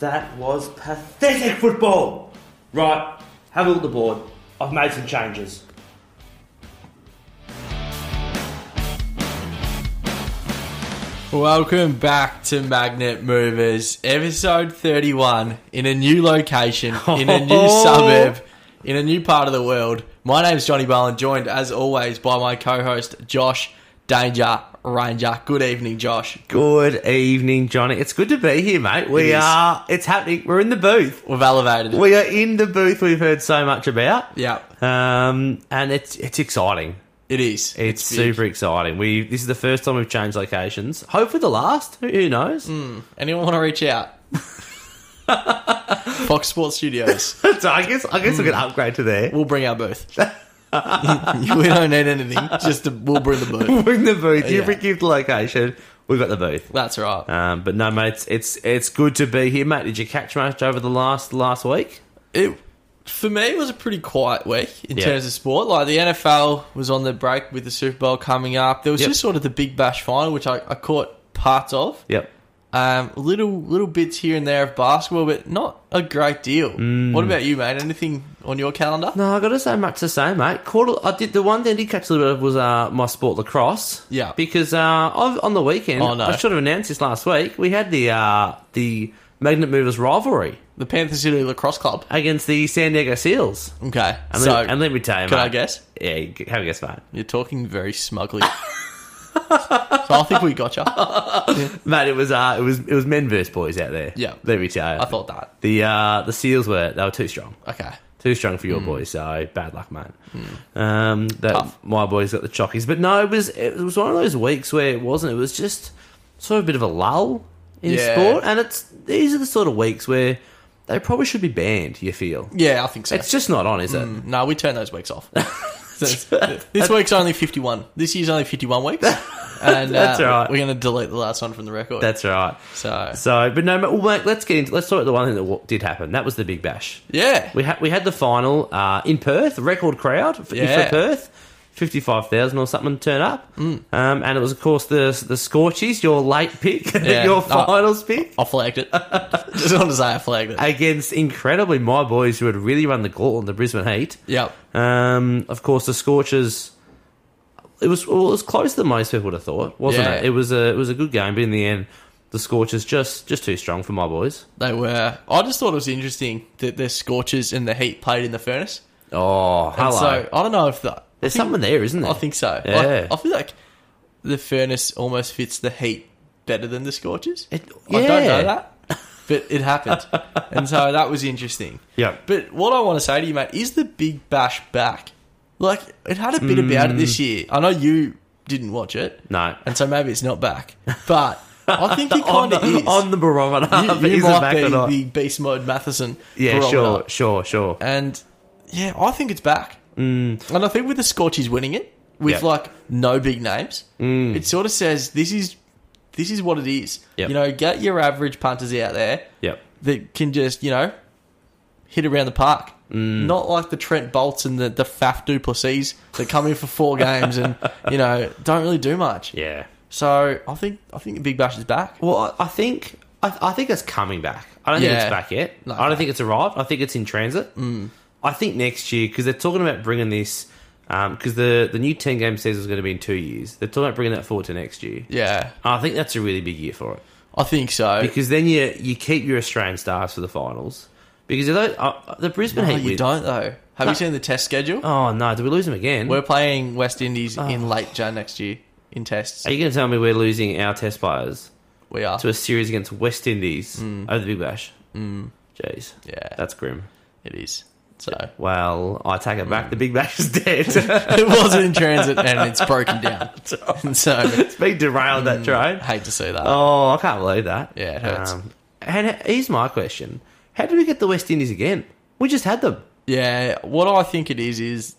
That was pathetic football! Right, have a look at the board. I've made some changes. Welcome back to Magnet Movers, episode 31, in a new location, in a new suburb, in a new part of the world. My name's Johnny Barlin, joined as always by my co host, Josh Danger Ranger. Good evening, Josh. Good evening, Johnny. It's good to be here, mate. We It is. are. It's happening. We're in the booth. We've elevated. We are in the booth. We've heard so much about. yeah, Um, and it's it's exciting. it is. It's, big. super exciting. We this is the first time we've changed locations. Hopefully, the last. Who- Who knows? Mm. Anyone want to reach out? Fox Sports Studios. so I guess I guess we Mm. can upgrade to there. We'll bring our booth. we don't need anything. Just a, we'll bring the booth. We're in the Oh, booth. You Yeah. give the location. We've got the booth. That's right. Um, but no, mate. It's, it's it's good to be here, mate. Did you catch much over the last last week? it for me it was a pretty quiet week in Yeah. terms of sport. Like the NFL was on the break with the Super Bowl coming up. There was Yep. just sort of the Big Bash final, which I, I caught parts of. Yep. Um, little little bits here and there of basketball, but not a great deal. Mm. What about you, mate? Anything on your calendar? No, I got to say much the same, mate. Quarter, I did the one thing I did catch a little bit of was uh, my sport lacrosse. Yeah. because uh, I've, on the weekend, Oh, no. I should have announced this last week. We had the uh, the Magnet Movers rivalry The Panther City Lacrosse Club. against the San Diego Seals. Okay, And, so let, and let me tell you, can mate, I guess? Yeah, you can- have a guess, mate. You're talking very smugly. so I think we got you. I Mate, it was uh, it was it was men versus boys out there. Yeah. let me tell you. thought that. the uh, the Seals were they were too strong. Okay. Too strong for your boys, so bad luck, mate. Um, that Hmm. Tough. my boys got the chockies, but no, it was it was one of those weeks where it wasn't. It was just sort of a bit of a lull in Yeah. sport, and it's these are the sort of weeks where they probably should be banned. You feel Yeah, Hmm. I think so. it's just not on, is it? No, we turn those weeks off. So, this week's only 51. This year's only 51 weeks. And That's uh, all right. we're going to delete the last one from the record. That's right. so, So, but no, mate, well, mate, let's get into let's talk about the one thing that w- did happen. That was the Big Bash. yeah. We had we had the final uh, in Perth, record crowd f- for, Yeah. Mm. Perth, fifty five thousand or something turn up, um, and it was of course the the Scorchies, your late pick, Yeah. your Oh. finals pick I flagged it. Just want to say I flagged it. against incredibly my boys who had really run the gauntlet in the Brisbane Heat. Yep. Um, of course, the Scorchers. It was well, it was closer than most people would have thought, wasn't Yeah. it? It was a it was a good game, but in the end, the Scorchers just just too strong for my boys. They were. I just thought it was interesting that their scorches and the heat played in the furnace. Oh, hello. And so, I don't know if that. There's something there, isn't there? I think so. Like, Yeah. I feel like the furnace almost fits the heat better than the scorches. It- I don't know yeah. that, but it happened, and so that was interesting. Yeah. But what I want to say to you, mate, is the Big Bash back? Like it had a bit about it Hmm. this year. I know you didn't watch it, No. and so maybe it's not back. But I think it on kind the, of is. on the barometer. you, but you is it might back be or not? the Uh, beast mode Matheson. yeah, barometer. sure, sure, sure. And yeah, I think it's back. Hmm. Mm. And I think with the Scorchies winning it, with Yep. like no big names, it sort of says this is this is what it is. Hmm. Yep. You know, get your average punters out there Yep. that can just, you know, hit around the park. Mm. Not like the Trent Bolts and the, the Faf Duplessis that come in for four games and, you know, don't really do much. Yeah. So I think I think the Big Bash is back. Well, I I think I, I think it's coming back. I don't think Yeah. it's back yet. No. I don't think it's arrived. I think it's in transit. Mm. I think next year because they're talking about bringing this because the the new ten game season is going to be in two years. They're talking about bringing that forward to next year. Yeah. I think that's a really big year for it. I think so. because then you you keep your Australian stars for the finals because of those, uh, the Brisbane No, Heat. you win- don't though. Have you seen the test schedule? Oh no! Did we lose them again? We're playing West Indies in late Jan next year in tests. Are you going to tell me we're losing our test players? We are. to a series against West Indies over the Big Bash. Mm. Jeez. Yeah. That's grim. It is. So Well, I take it Mm. back. The Big Bash is dead. it was in transit and it's broken down. And so it's been derailed, that I train. hate to see that. Oh, I can't believe that. Mm. Um, Yeah, it hurts. and here's my question How did we get the West Indies again? We just had them. Yeah, what I think it is is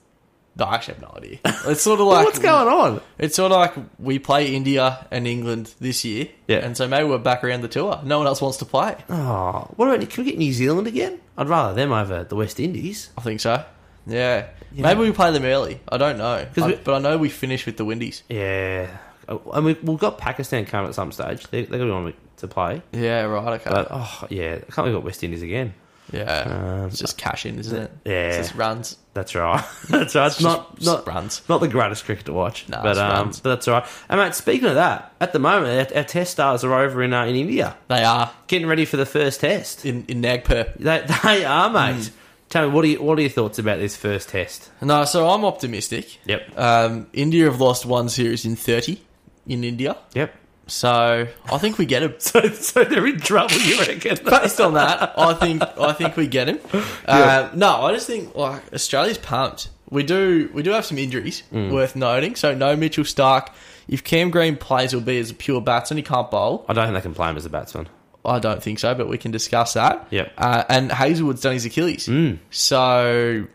no, I actually have no idea. It's sort of like What's going on? It's sort of like we play India and England this year. Yeah. And so maybe we're back around the tour. No one else wants to play. Oh, what about, can we get New Zealand again? I'd rather them over the West Indies. I think so. Yeah. Maybe we play them early. I don't know. 'Cause I- we- but I know we finish with the Windies. Yeah. uh, and we, we've got Pakistan coming at some stage. They, they're going to want to play. Yeah, right. Okay. But, oh, yeah, I can't believe we got West Indies again. yeah, um, it's just cash in, isn't it? Yeah. it's just runs. That's right. that's right. It's, It's not, just, just not, runs. not the greatest cricket to watch. No, but, it's um, runs. but that's all right. And, mate, speaking of that, at the moment, our, our test stars are over in, uh, in India, They are getting ready for the first test. in in Nagpur. They, they are, Mm. mate. Tell me, what are, you, what are your thoughts about this first test? No, so I'm optimistic. Yep. Um, India have lost one series in thirty in India, Yep. so I think we get him. So, so they're in trouble, you reckon? Based on that, Uh, I think I think we get him. Uh, no, I just think like Australia's pumped. We do we do have some injuries Mm. worth noting. So no Mitchell Stark. If Cam Green plays, he'll be as a pure batsman. He can't bowl. I don't think they can play him as a batsman. I don't think so, but we can discuss that. Yep. Mm. Uh, and Hazelwood's done his Achilles. So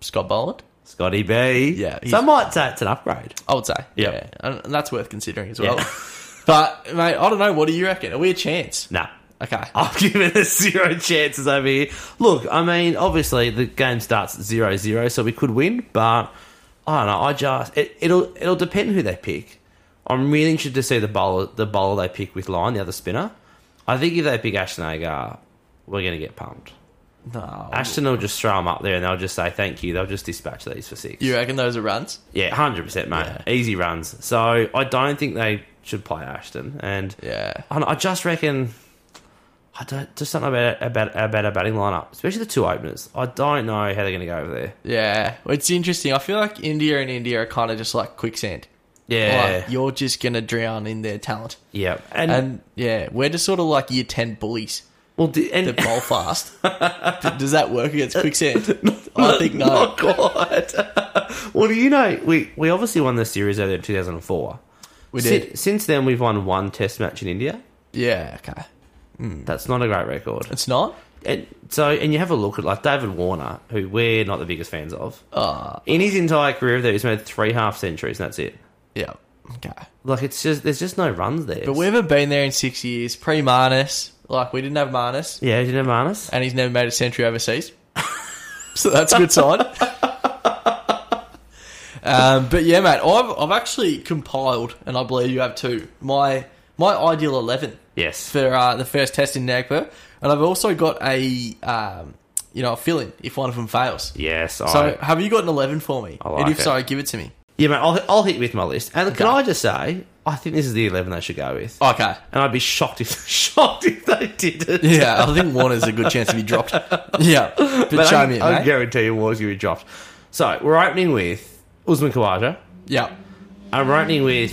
Scott Boland, Scotty B. Yeah, he's- Some might say it's an upgrade. I would say. Yep. Yeah. And and that's worth considering as well. Yeah. but mate, I don't know. What do you reckon? Are we a chance? Nah. Okay. I'll give it a zero chances over here. Look, I mean, obviously the game starts at zero zero, so we could win, but I don't know. I just it, it'll it'll depend who they pick. I'm really interested to see the bowler the bowler they pick with line the other spinner. I think if they pick Ashton Agar, we're going to get pumped. No. Ashton will just throw them up there, and they'll just say thank you. They'll just dispatch these for six. You reckon those are runs? Yeah, hundred percent, mate. Easy runs. So I don't think they should play Ashton, and Yeah. I, don't- I just reckon I don't just don't know about about about our batting lineup, especially the two openers. I don't know how they're going to go over there. Yeah, Well, it's interesting. I feel like India and India are kind of just like quicksand. Yeah, Like, you're just gonna drown in their talent, yeah, and, and yeah, we're just sort of like year ten bullies well, d- and that bowl fast. D- Does that work against quicksand? I think no. Oh God! well, do you know we we obviously won the series earlier in two thousand and four. we did. Since then, we've won one Test match in India. Yeah. Okay. That's not a great record. It's not. And so, and you have a look at like David Warner, who we're not the biggest fans of. Uh In his entire career, though, he's made three half centuries, and that's it. yeah. Okay. Like it's just there's just no runs there. But we haven't been there in six years. Pre Marnus, like we didn't have Marnus, yeah, you know, Marnus. and he's never made a century overseas. so that's a good sign. um, but yeah, mate, I've I've actually compiled, and I believe you have too. My my ideal eleven Yes. for uh, the first test in Nagpur, and I've also got a um, you know a fill in if one of them fails. Yes. I, So have you got an eleven for me? I like and if it. so, give it to me. yeah, mate. I'll, I'll hit you with my list. And can Okay. I just say, I think this is the eleven they should go with. Okay. And I'd be shocked if shocked if they didn't. Yeah, I think Warner's a good chance to be dropped. Yeah, but, But show I, me it, I mate. guarantee you, was you were dropped. So we're opening with Usman Khawaja. Yeah, I'm opening with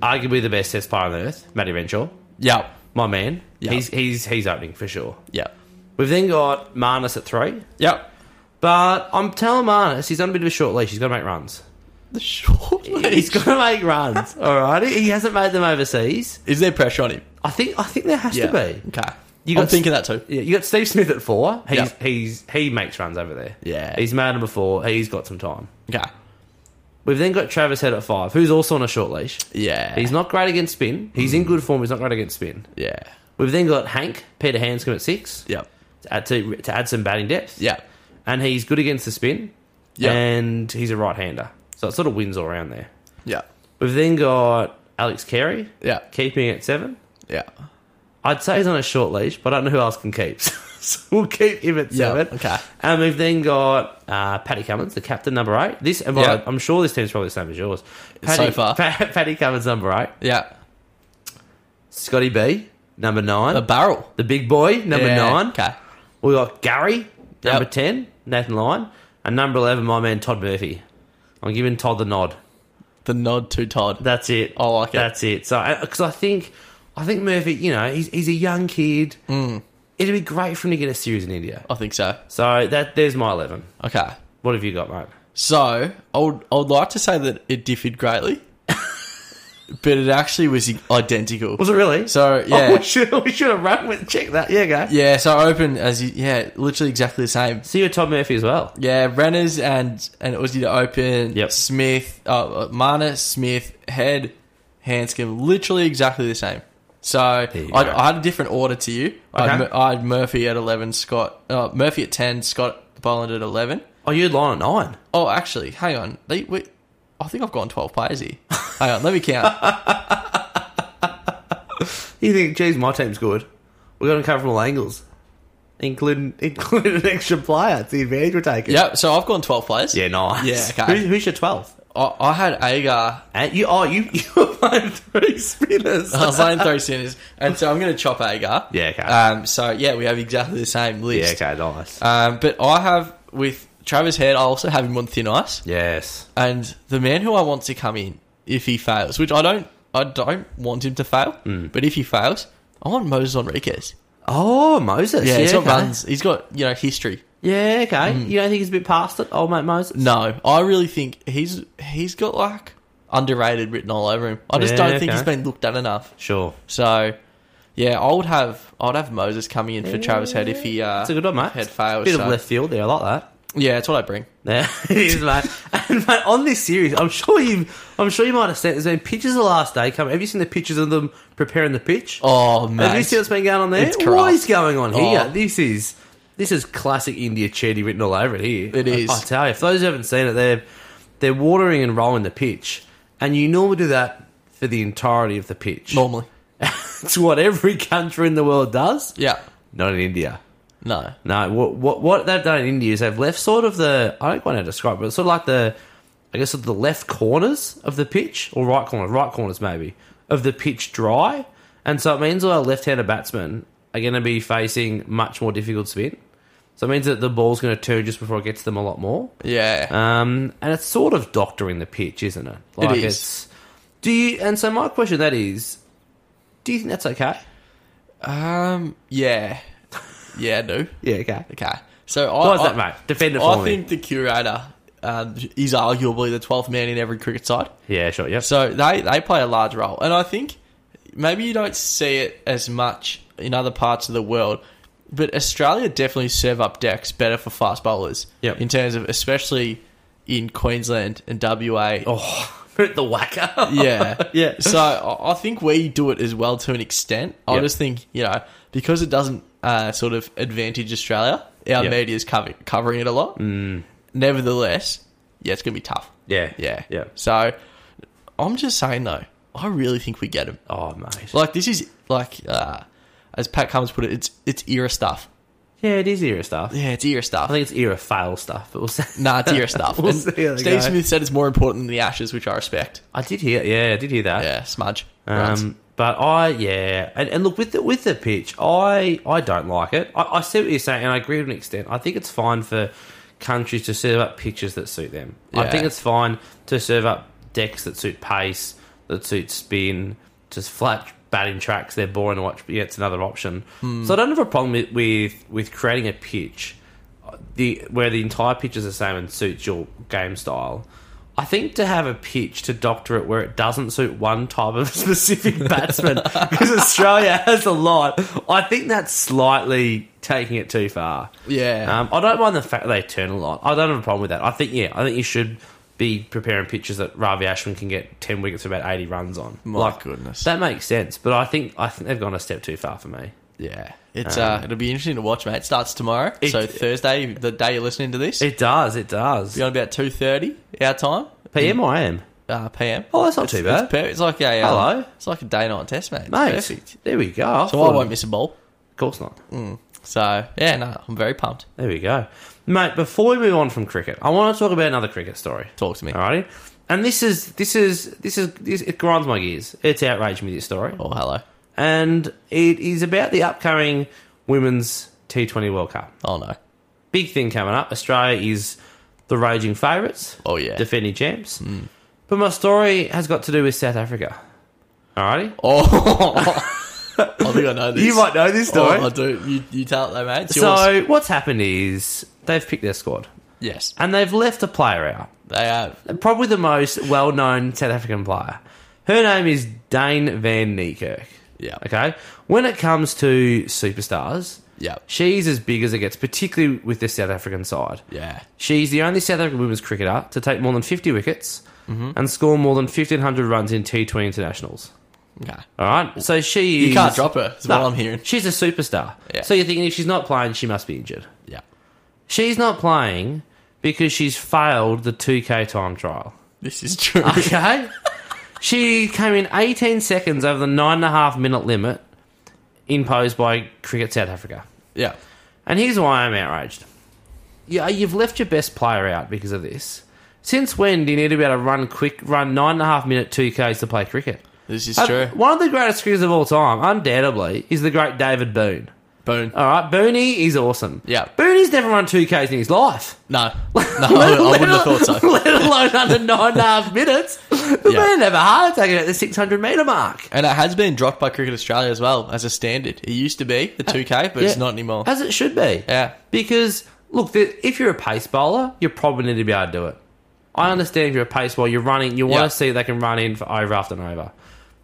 arguably the best test player on earth, Matty Renshaw. yeah, My man. Yeah. He's he's he's opening for sure. yeah, We've then got Marnus at three. yeah. But I'm telling Marnus, he's on a bit of a short leash. He's got to make runs. The short He's got to make runs. Alrighty, he hasn't made them overseas. Is there pressure on him? I think I think there has to be. Okay. You I'm got- thinking that too. Yeah, you got Steve Smith at four. He's Yeah. he's he makes runs over there. Yeah. he's made them before. He's got some time. Okay. We've then got Travis Head at five, who's also on a short leash. Yeah. He's not great against spin. He's in good form. He's not great against spin. yeah. We've then got Hank Peter Hanscom at six Yep. to add, to, to add some batting depth. Yeah. and he's good against the spin. Yeah. and he's a right hander, so it sort of wins all around there. Yeah. We've then got Alex Carey Yeah. keeping at seven. Yeah. I'd say he's on a short leash, but I don't know who else can keep. so we'll keep him at Yeah, seven. okay. And we've then got uh, Paddy Cummins, the captain, number eight. This, and Yeah. I'm sure this team's probably the same as yours. Paddy, far. Pa- Paddy Cummins, number eight. Yeah. Scotty B, number nine. A barrel. the big boy, number Yeah. nine. Okay. We got Gary, number Yep. ten. Nathan Lyon, and number eleven, my man Todd Murphy. I'm giving Todd the nod. The nod to Todd. That's it. I like it. That's it. So because I think I think Murphy, you know, he's he's a young kid. Mm. It'd be great for him to get a series in India. I think so. So that there's my eleven. Okay. What have you got, mate? So I would, I would like to say that it differed greatly, but it actually was identical. Was it really? So yeah, Oh, we should we should have run with check that. Yeah, go. yeah. So I opened as you, yeah, literally exactly the same. So you're Todd Murphy as well. Yeah, Renners and and Aussie to open. Yep. Smith, uh, Mana, Smith, Head, Hanscom, literally exactly the same. So I, you go. I had a different order to you. I, had, Okay. Mur- I had Murphy at eleven, Scott uh, Murphy at ten, Scott Boland at eleven. Oh, you had Lyon at nine. Oh, actually, hang on. They, we, I think I've gone 12 players here. Hang on, let me count. You think, geez, my team's good. We got them covered from all angles, including including an extra player. It's the advantage we're taking. yep, so I've gone 12 players. Yeah, nice. Yeah, okay. Who, who's your twelfth? I, I had Agar. And you, oh, you you were playing three spinners. I was playing three sinners. And so I'm going to chop Agar. Yeah, okay. Um, so, yeah, we have exactly the same yeah, list. okay, nice. Um, but I have, with Travis Head, I also have him on thin ice. yes. and the man who I want to come in if he fails, which I don't, I don't want him to fail, Hmm. but if he fails, I want Moses Enriquez. Oh, Moses. Yeah, he's got okay. runs. He's got you know history. Yeah, okay. You don't think he's a bit past it, old mate Moses? Mm. No, I really think he's he's got like underrated written all over him. I just Yeah, don't think okay. he's been looked at enough. Sure. So, yeah, I would have I would have Moses coming in for Travis Head if he uh, That's a good one, mate. head fails. Bit so- of left field there. I like that. Yeah, that's what I bring. Yeah, it is, mate. And mate, on this series, I'm sure you, I'm sure you might have seen. There's been pictures of the last day coming. Have you seen the pictures of them preparing the pitch? Oh have you man, seen what's been going on there? It's what corrupt. is going on here? Oh. This is, this is classic India charity written all over it here. It is. I, I tell you, if those who haven't seen it, they're they're watering and rolling the pitch, and you normally do that for the entirety of the pitch. normally, it's what every country in the world does. yeah, Not in India. no, No, what what what they've done in India is they've left sort of the I don't quite know how to describe it, but sort of like the I guess sort of the left corners of the pitch or right corner, right corners maybe of the pitch dry, and so it means our left-handed batsmen are going to be facing much more difficult spin. So it means that the ball's going to turn just before it gets to them a lot more. yeah, Um, and it's sort of doctoring the pitch, isn't it? Like is. It's, do you? And so my question that is, do you think that's okay? um, yeah, yeah, I do. Yeah, okay. Okay. So I, Why is I, that, mate? Defend it for I me. think the curator um, is arguably the 12th man in every cricket side. yeah, sure. Yep. So they, they play a large role. And I think maybe you don't see it as much in other parts of the world, but Australia definitely serve up decks better for fast bowlers. Yep. In terms of, especially in Queensland and WA. Oh, the whacker. Yeah. Yeah. So I I think we do it as well to an extent. I Yep. just think, you know, because it doesn't uh, sort of advantage Australia, our Yep. media's cover- covering it a lot. Mm. Nevertheless, yeah, it's going to be tough. Yeah. Yeah. Yeah. So I'm just saying, though, I really think we get him. Oh, mate. Like, this is, like, uh, as Pat Cummins put it, it's it's era stuff. yeah, it is era stuff. Yeah, it's era stuff. I think it's era fail stuff. But we'll see. nah, it's era stuff. We'll And see how they Steve go. Smith said it's more important than the Ashes, which I respect. I did hear. Yeah, I did hear that. Yeah, smudge. Runs. Um, but I yeah, and, and look with the with the pitch, I I don't like it. I, I see what you're saying, and I agree to an extent. I think it's fine for countries to serve up pitches that suit them. I Yeah. think it's fine to serve up decks that suit pace, that suit spin, just flat batting tracks. They're boring to watch, but yeah, it's another option. So I don't have a problem with with, with creating a pitch uh, the where the entire pitch is the same and suits your game style. I think to have a pitch to doctor it where it doesn't suit one type of specific batsman because Australia has a lot. I think that's slightly taking it too far. Yeah. Um, I don't mind the fact that they turn a lot. I don't have a problem with that. I think yeah, I think you should be preparing pitches that Ravi Ashwin can get ten wickets for about eighty runs on. My goodness. that makes sense. But I think I think they've gone a step too far for me. Yeah, it's uh, it'll be interesting to watch, mate. It starts tomorrow, Um, It- so Thursday, the day you're listening to this, It does. It does. be on about two thirty our time, PM or AM? uh, PM. Oh, that's not too bad. It's, per- it's like a um, Hello? It's like a day night test, mate. It's Mate, perfect. there we go. I So thought- I won't miss a ball. Of course not. So yeah, no, I'm very pumped. There we go. Mate, before we move on from cricket, I want to talk about another cricket story. Talk to me. Alrighty? And this is, this is, this is, this, it grinds my gears. It's outraged me, this story. Oh, hello. And it is about the upcoming Women's T20 World Cup. Oh no. Big thing coming up. Australia is the raging favourites. Oh, yeah. Defending champs. But my story has got to do with South Africa. Alrighty? Oh, I think I know this. know this Oh, I do. You, you tell it though, mate. It's yours. so, what's happened is they've picked their squad Yes, and they've left a player out. they have. probably the most well known South African player. Her name is Dane Van Niekerk. Yeah. Okay. When it comes to superstars, Yeah. she's as big as it gets, particularly with the South African side. Yeah. She's the only South African women's cricketer to take more than 50 wickets Mm-hmm. and score more than 1,500 runs in T20 internationals. Okay. All right. So she You is- can't drop her. Is No, what I'm hearing. She's a superstar. Yeah. So you're thinking if she's not playing, she must be injured. Yeah. She's not playing because she's failed the 2K time trial. This is true. Okay. she came in 18 seconds over the nine and a half minute limit imposed by Cricket South Africa. yeah. And here's why I'm outraged. Yeah, you've left your best player out because of this. Since when do you need to be able to run quick, run nine and a half minute 2Ks to play cricket? This is Uh, true. One of the greatest cricketers of all time, undoubtedly, is the great David Boone. Boom. All right, Booney is awesome. Yeah. Booney's never run 2Ks in his life. No. No, I, wouldn't- I wouldn't have thought so. Let alone under nine and a half minutes. The Yeah. man had a heart attack at the 600 metre mark. And it has been dropped by Cricket Australia as well as a standard. It used to be the 2K, but Uh, it's Yeah. Uh, not anymore. As it should be. Yeah. Because, look, the, if you're a pace bowler, you probably need to be able to do it. I understand if you're a pace bowler, you're running, you want Yeah. to see they can run in for over after and over.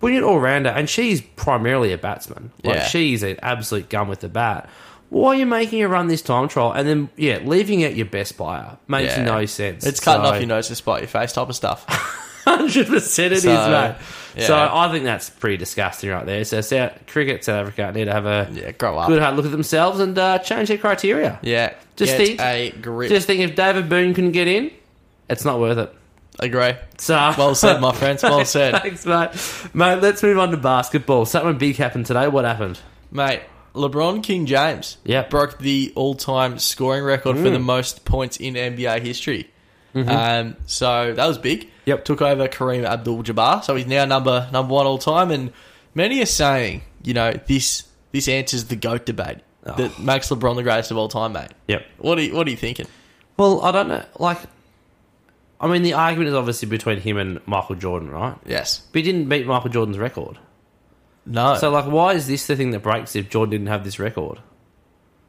But you're an all rounder, and she's primarily a batsman. Like, Yeah. she's an absolute gun with the bat. Why are you making her run this time trial and then, yeah, leaving out your best player? Makes Yeah. no sense. It's cutting So- off your nose to spite your face type of stuff. Hundred percent, it is, So, mate. yeah. So I think that's pretty disgusting, right there. So South, cricket, South Africa need to have a Yeah, grow up. good hard look at themselves and uh, change their criteria. Yeah. Just Get think- a grip. Just think, if David Boone couldn't get in, it's not worth it. Agree. So Well said, my friends. Well said. Thanks, mate. Mate, let's move on to basketball. Something big happened today. What happened? Mate, LeBron King James Yeah. Mm. broke the all time scoring record for the most points in NBA history. Um, so that was big. Mm-hmm. Yep. Took over Kareem Abdul Jabbar. So he's now number number one all time. And many are saying, you know, this this answers the GOAT debate Oh. that makes LeBron the greatest of all time, mate. Yep. What are you, what are you thinking? Well, I don't know. Like, I mean, the argument is obviously between him and Michael Jordan, right? Yes. But he didn't beat Michael Jordan's record. No. So, like, why is this the thing that breaks if Jordan didn't have this record?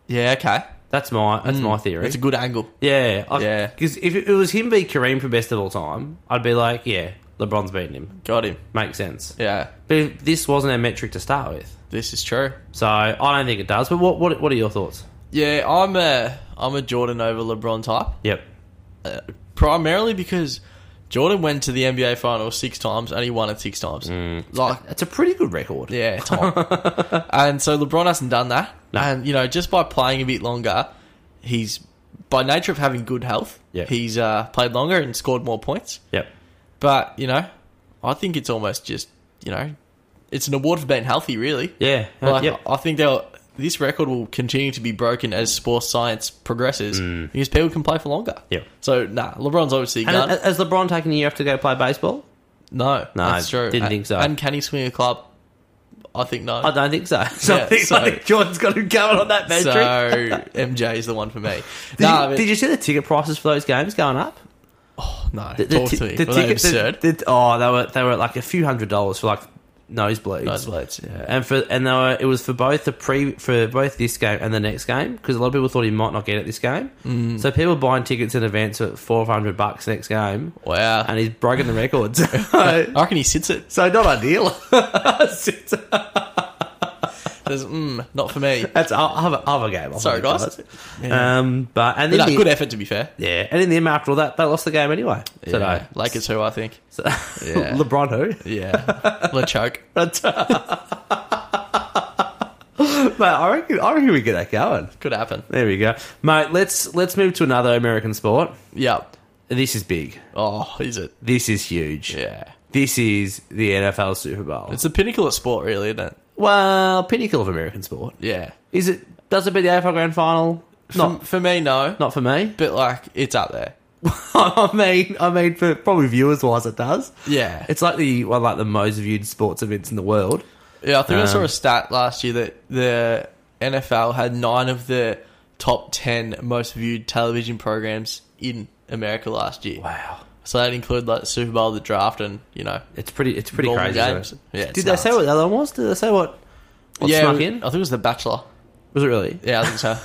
yeah, okay. That's my that's my theory. Hmm. That's a good angle. yeah, Yeah. Because if it was him beat Kareem for best of all time, I'd be like, yeah, LeBron's beaten him. Got him. Makes sense. Yeah. But if this wasn't a metric to start with, This is true. so I don't think it does. But what what, what are your thoughts? Yeah, I'm a I'm a Jordan over LeBron type. Yep. Uh, primarily because Jordan went to the NBA final six times and he won it six times. Mm. Like, That's a pretty good record. yeah, Tom. and so LeBron hasn't done that. No. And you know, just by playing a bit longer, he's by nature of having good health. Yeah. he's uh, played longer and scored more points. Yep. But you know, I think it's almost just you know, it's an award for being healthy, really. Yeah. Like, yep. I think they'll. This record will continue to be broken as sports science progresses Mm. because people can play for longer. Yep. So nah, LeBron's obviously a And gun. a- has LeBron taken a year off to go play baseball? No, No, that's true. didn't A- think so. Oh, And can he swing a club? I think no. I don't think so. So, Yeah, I, think, so- I think Jordan's got him going on that so metric. MJ is the one for me. did, no, you, I mean- did you see the ticket prices for those games going up? no. The- the talk ti- to me. the Were they ticket- the- absurd? the- oh, they were they were like a few hundred dollars for like nosebleeds. Nosebleeds, yeah. And for and they were, it was for both the pre for both this game and the next game because a lot of people thought he might not get it this game. Mm. So people buying tickets in advance at four hundred bucks next game, wow. and he's broken the records. so, I reckon he sits it. so not ideal. That's Says, mm, not for me. other, other game. I'll Sorry, guys. apologise. Um, but and But then no, the, good effort to be fair. yeah, and in the end after all that, they lost the game anyway. Yeah. Today, Lakers who I think. So- Yeah. LeBron who. Yeah. LeChoke. But, mate, I reckon, I reckon we get that going. Could happen. There we go, mate. Let's let's move to another American sport. Yep. This is big. Oh, is it? This is huge. Yeah. This is the NFL Super Bowl. It's the pinnacle of sport, really, isn't it? well, pinnacle of American sport. Yeah. Is it? Does it beat the AFL Grand Final? Not, for, for me, no. not for me. But like, it's up there. I mean, I mean, for probably viewers wise, it does. Yeah. It's like the one like the most viewed sports events in the world. Yeah, I think I saw Um, a stat last year that the NFL had nine of the top ten most viewed television programs in America last year. Wow, So that included like the Super Bowl, the draft, and you know, it's pretty. It's pretty Ball crazy. isn't games. it? Yeah, it's Did they say nuts. what the other one was? Did they say what? What yeah, snuck we- in? I think it was The Bachelor. Was it really? Yeah, I think so.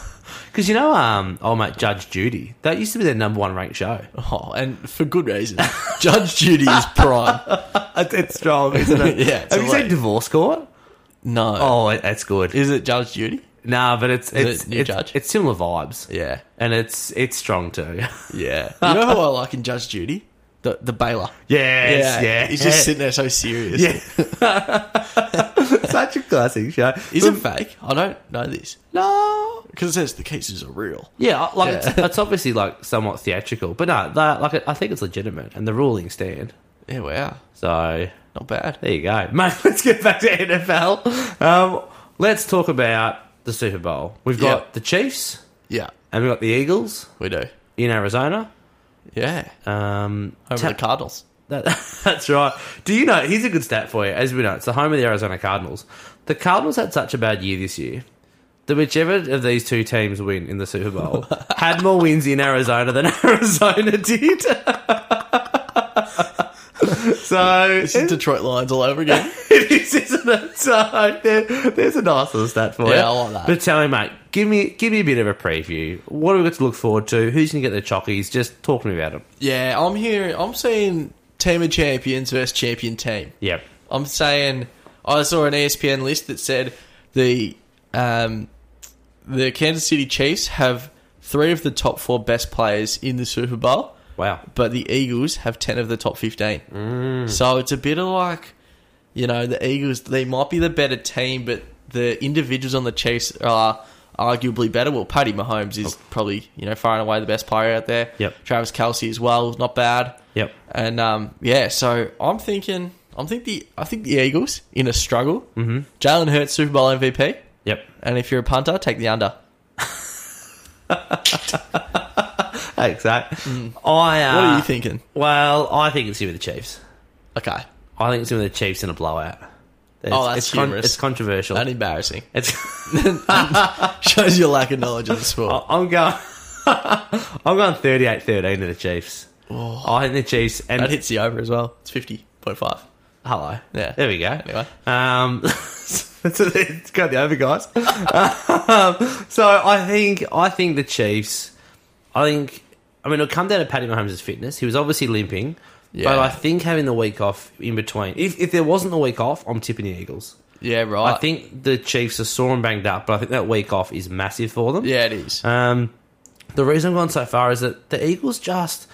Because you know, um, oh mate, Judge Judy. That used to be their number one ranked show. oh, and for good reason. Judge Judy is prime. It's, it's strong, isn't it? Yeah, it's Have you elite. seen Divorce Court? No, Oh, it, it's good. is it Judge Judy? nah, but it's it it's New it's, Judge? it's similar vibes, Yeah, and it's it's strong too. yeah. You know who I like in Judge Judy? The the Baylor. yes, yeah, he's just sitting there so serious. Yeah. Such a classic show. Is it fake? I don't know this. No. Because it says the cases are real. Yeah, I- like Yeah. It's, it's obviously like somewhat theatrical, but no, that, like I think it's legitimate and the rulings stand. Yeah, wow. So Not bad. there you go, mate. Let's get back to NFL. Um, let's talk about the Super Bowl. We've got Yeah. the Chiefs Yeah, and we've got the Eagles we do. in Arizona. Yeah. Um, Over ta- the Cardinals. That, that's right. Do you know? Here's a good stat for you. As we know, it's the home of the Arizona Cardinals. The Cardinals had such a bad year this year that whichever of these two teams win in the Super Bowl had more wins in Arizona than Arizona did. so This is Detroit Lions all over again. it is, isn't it? So there, there's a nice little stat for you. Yeah, I like that. But tell me, mate, give me give me a bit of a preview. What have we got to look forward to? Who's going to get the chockies? Just talk to me about them. yeah, I'm here. I'm seeing team of champions versus champion team. Yep. I'm saying I saw an E ESPN list that said the um, the Kansas City Chiefs have three of the top four best players in the Super Bowl, Wow. but the Eagles have ten of the top fifteen. So it's a bit of like, you know, the Eagles they might be the better team, but the individuals on the Chiefs are arguably better. Well, Paddy Mahomes is probably you know far and away the best player out there. Yep. Travis Kelsey as well, not bad. Yep. And um, yeah, so I'm thinking, I'm think the, I think the Eagles in a struggle. Mm-hmm. Jalen Hurts Super Bowl MVP, Yep. and if you're a punter, take the under. Exactly. I. Uh, Mm-hmm. What are you thinking? Well, I think it's going to be the Chiefs. Okay, I think it's going to be the Chiefs in a blowout. It's, Oh, that's it's, con- humorous. it's controversial. that's embarrassing. It's. Shows your lack of knowledge of the sport. I'm going. I'm going 38-13 to the Chiefs. I think the Chiefs and That hits the over as well. It's fifty point five. hello. Yeah. there we go. Anyway. um, so it's got the over guys. um, so I think I think the Chiefs. I think I mean it'll come down to Patty Mahomes' fitness. He was obviously limping, but Yeah. I think having the week off in between. If if there wasn't the week off, I'm tipping the Eagles. Yeah, right. I think the Chiefs are sore and banged up, but I think that week off is massive for them. Yeah, it is. Um, the reason I've gone so far is that the Eagles just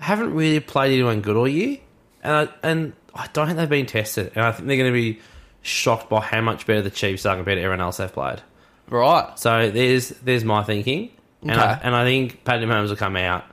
haven't really played anyone good all year, and I, and I don't think they've been tested, and I think they're going to be shocked by how much better the Chiefs are compared to everyone else they've played. Right. So there's there's my thinking, and, I, Okay. and I think Patty Mahomes will come out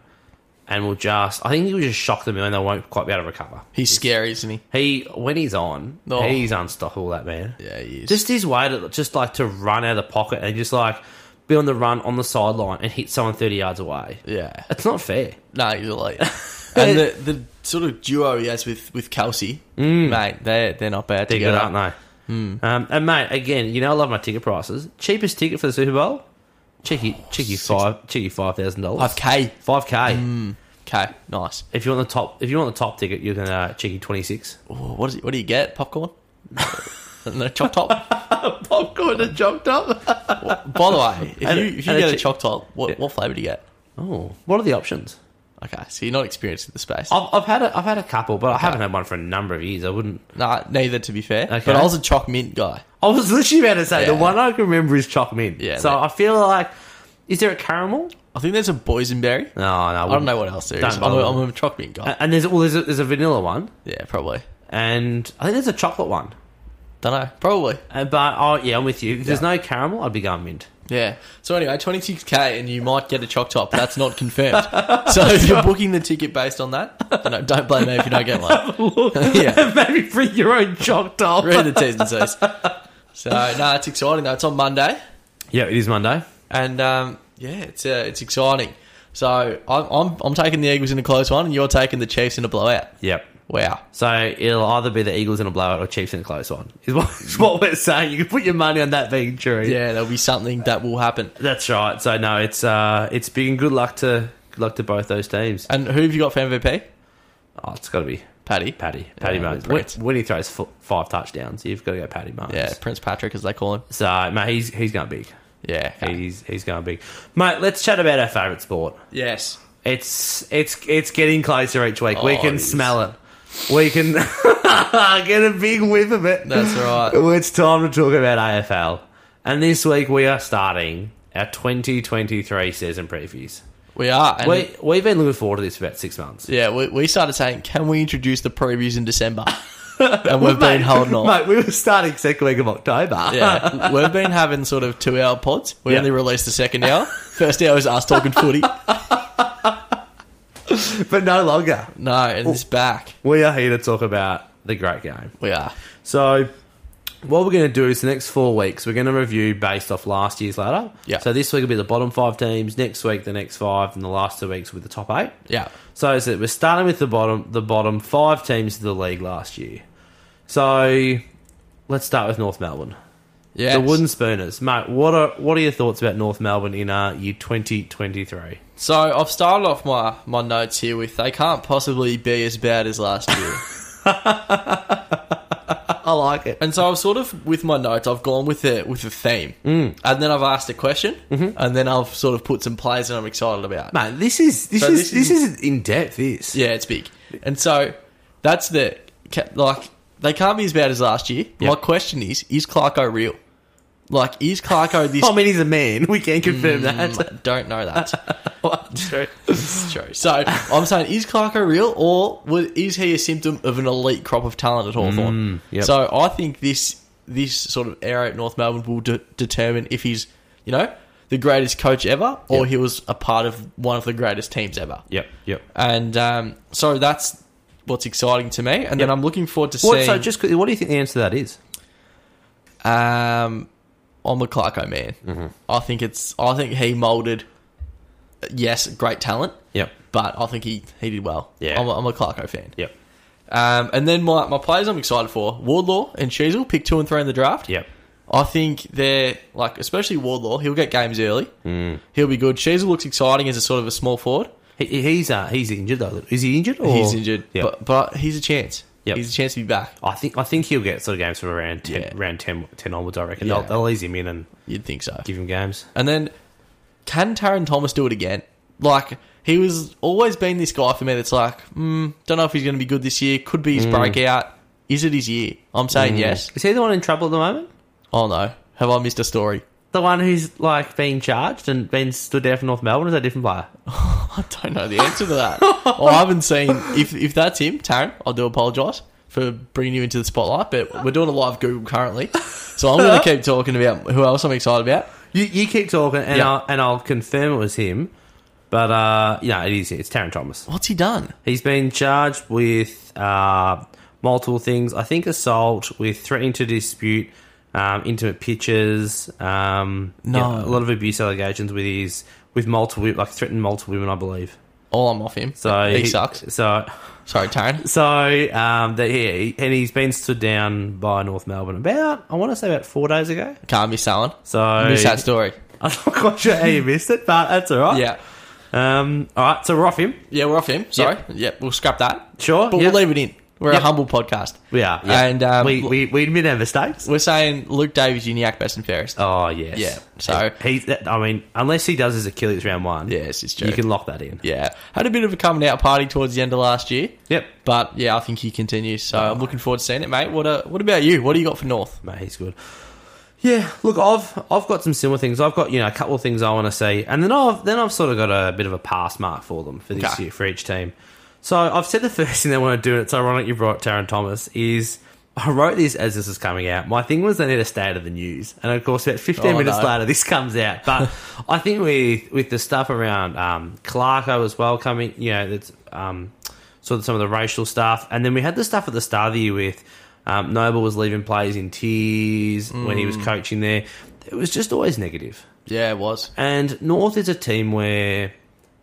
and will just I think he will just shock them and they won't quite be able to recover. He's scary, isn't he? He when he's on, Oh. he's unstoppable. That man. Yeah, he is. Just his way to just like to run out of the pocket and just like be on the run on the sideline and hit someone thirty yards away. yeah. It's not fair. No, he's a late. and the the sort of duo he has with with Kelsey, mate, they they're not bad They're good, together. aren't they? Hmm. Um, and mate, again, you know I love my ticket prices. Cheapest ticket for the Super Bowl, cheeky, cheeky five, cheeky five thousand dollars, Oh, Five k. Hmm. five k. Okay, nice. If you want the top, if you want the top ticket, you can uh, cheeky twenty six. Ooh, what, is it, what do you get? Popcorn? no, choc top? Popcorn and chopped up. By the way, if And- you, if you and a get a chi- choc top, what, what flavour do you get? Oh, what are the options? Okay, so you're not experienced in the space. I've, I've had a, I've had a couple, but I haven't had one for a number of years. I wouldn't. Nah, neither, to be fair. Okay. But I was a choc mint guy. I was literally about to say the Yeah. one I can remember is choc mint. Yeah, So that- I feel like, is there a caramel? I think there's a boysenberry. No, no. I, I don't Uh, know what else there Don't is. I'm bother a, with I'm a choc mint guy. And there's well, there's a, there's a vanilla one, yeah, probably. and I think there's a chocolate one. Don't know. Probably. Uh, but oh yeah, I'm with you. If there's no caramel, I'd be going mint. Yeah. So anyway, 26k and you might get a choc top. That's not confirmed. so if you're booking the ticket based on that, you know, don't blame me if you don't get one. yeah. Maybe bring your own choc doll. Read the T's and C's. So, no, it's exciting though. It's on Monday. Yeah, it is Monday. And um, yeah, it's uh, it's exciting. So I'm, I'm I'm taking the Eagles in a close one, and you're taking the Chiefs in a blowout. Yep. Wow. So it'll either be the Eagles in a blowout or Chiefs in a close one. Is what, is what we're saying. You can put your money on that being true. Yeah, there'll be something that will happen. that's right. So no, it's uh, it's big and good luck to good luck to both those teams. And who have you got for MVP? Oh, it's got to be Paddy. Paddy. Paddy Yeah, Mahomes. with When, Brits. when he throws f- five touchdowns, you've got to go Paddy Mahomes. Yeah, Prince Patrick, as they call him. So mate, he's he's going big. Yeah. He's he's going big. Mate, let's chat about our favourite sport. Yes. It's it's it's getting closer each week. we Oh, can it is. smell it. We can get a big whiff of it. That's right. It's time to talk about AFL. And this week we are starting our 2023 season previews. We are. And We, we've been looking forward to this for about six months. yeah, we, we started saying, can we introduce the previews in December? and we've been holding on. Mate, we were starting second week of October. Yeah, we've been having sort of two hour pods. We Yeah. only released the second hour. First hour is us talking footy. But no longer. No, and it's back. We are here to talk about the great game. We are. So, what we're going to do is the next four weeks, we're going to review based off last year's ladder. Yeah. So, this week will be the bottom five teams, next week, the next five, and the last two weeks with the top eight. Yeah. So, is that we're starting with the bottom, the bottom five teams of the league last year. So, let's start with North Melbourne. Yeah. The Wooden Spooners. Mate, what are, what are your thoughts about North Melbourne in uh, year 2023? So I've started off my, my notes here with they can't possibly be as bad as last year. I like it. and so I've sort of with my notes I've gone with it with a theme. Mm. And then I've asked a question Mm-hmm. and then I've sort of put some plays that I'm excited about. Mate, this is this So is this this is in depth. This Yeah, it's big. And so that's the ca- like they can't be as bad as last year. Yeah. My question is, is Clarko real? Like, is Clarko this? I mean, he's a man. We can confirm Mm, that. I don't know that. True. It's true. So I'm saying, is Clarko real, or wa- is he a symptom of an elite crop of talent at Hawthorn? Mm, yep. So I think this this sort of era at North Melbourne will de- determine if he's you know the greatest coach ever, or Yep. he was a part of one of the greatest teams ever. Yep. Yep. And um, so that's what's exciting to me. And then Yep. I'm looking forward to What, seeing so, just quickly, what do you think the answer to that is? um, on the Clarko man. Mm-hmm. I think it's. I think he molded. Yes, great talent, Yep. but I think he, he did well. Yeah. I'm a, I'm a Clarko fan. Yep. Um, and then my, my players I'm excited for Wardlaw and Sheasel pick two and three in the draft. Yep. I think they're like, especially Wardlaw. He'll get games early. Mm. He'll be good. Sheasel looks exciting as a sort of a small forward. He, he's uh, he's injured though. Is he injured? Or? He's injured, Yeah. but but he's a chance. Yep. He's a chance to be back. I think I think he'll get sort of games from around ten, Yeah. around 10, 10 onwards. I reckon Yeah. they'll, they'll ease him in and You'd think so. give him games. And then, can Taron Thomas do it again? Like, he was always been this guy for me that's like, mm, don't know if he's going to be good this year. Could be his Hmm. breakout. Is it his year? I'm saying yes. Is he the one in trouble at the moment? Oh, no. Have I missed a story? The one who's like being charged and been stood down for North Melbourne is that a different player? I don't know the answer to that. Well, I haven't seen. If, if that's him, Taron, I do apologise for bringing you into the spotlight, but we're doing a live Google currently. So I'm going to keep talking about who else I'm excited about. You, you keep talking and Yeah. I'll and I'll confirm it was him. But uh yeah, it is it's Taryn Thomas. What's he done? He's been charged with uh, multiple things. I think assault with threatening to dispute um, intimate pictures. Um, No. yeah, a lot of abuse allegations with his with multiple like threatened multiple women, I believe. Oh, I'm off him. So he, sucks. So Sorry, Taron. so um, that yeah, he- and he's been stood down by North Melbourne about I want to say about four days ago. Can't be selling. So Miss that story. I'm not quite sure how you missed it, but that's all right. Yeah. Um, all right. So we're off him. Yeah, we're off him. Sorry. Yep, we'll scrap that. Sure. But yeah. we'll leave it in. We're Yep. a humble podcast. We are. And, um, we, we we admit our mistakes. We're saying Luke Davies, Uniac, best and fairest. Oh yes, Yeah, so- he, that- I mean, unless he does his Achilles round one, Yes, it's true. you can lock that in. yeah. Had a bit of a coming out party towards the end of last year. Yep, But yeah, I think he continues. So I'm looking forward to seeing it, mate. What uh, what about you? What do you got for North? mate, he's good. Yeah, look, I've I've got some similar things. I've got you know a couple of things I want to see, and then I've then I've sort of got a bit of a pass mark for them for this Okay. year for each team. So I've said the first thing they want to do, and it's ironic you brought Taron Thomas is. I wrote this as this was coming out. My thing was they need a state of the news, and of course, about fifteen Oh, minutes no. later, this comes out. But I think with with the stuff around um, Clarko as well coming, you know, that's um, sort of some of the racial stuff, and then we had the stuff at the start of the year with um, Noble was leaving players in tears when he was coaching there. It was just always negative. Yeah, it was. And North is a team where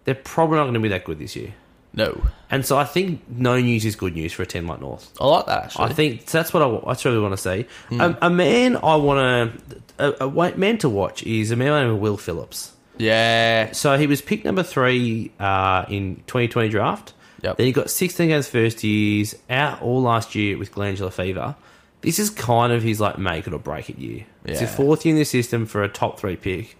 they're probably not going to be that good this year. No. And so I think no news is good news for a team like North. I like that, actually. I think so that's what I, wa- that's what I want to see. Um, a man I want to a, a wa- man to watch is a man named Will Phillips. yeah. So he was pick number three uh, in 2020 draft. Yep. Then he got 16 games first years out all last year with glandular fever. This is kind of his like make it or break it year. It's his Yeah. fourth year in the system for a top three pick.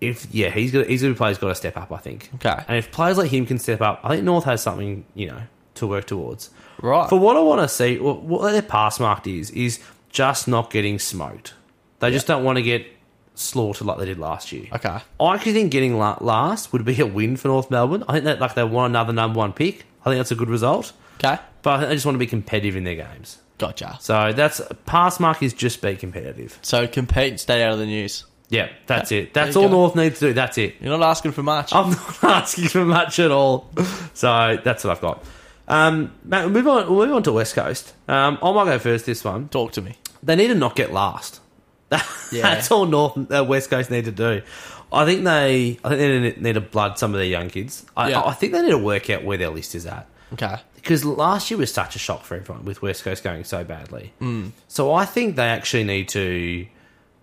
If yeah, he's got he's gonna be players got to step up. I think. Okay. And if players like him can step up, I think North has something you know to work towards. Right. For what I want to see, wh- what their pass marked is, is just not getting smoked. They just don't want to get slaughtered like they did last year. Okay. I actually think getting la- last would be a win for North Melbourne. I think that like they want another number one pick. I think that's a good result. Okay. But I just want to be competitive in their games. Gotcha. So that's pass mark is just be competitive. So compete and stay out of the news. Yeah, that's it. That's There all you go. North needs to do. That's it. You're not asking for much. I'm not asking for much at all. So that's what I've got. Um, Matt, we'll move on. We'll move on to West Coast. Um, I might go first this one. Talk to me. They need to not get last. Yeah. that's all North uh, West Coast need to do. I think they. I think they need- need to blood some of their young kids. I, Yeah. I think they need to work out where their list is at Okay. because last year was such a shock for everyone with West Coast going so badly. Mm. So I think they actually need to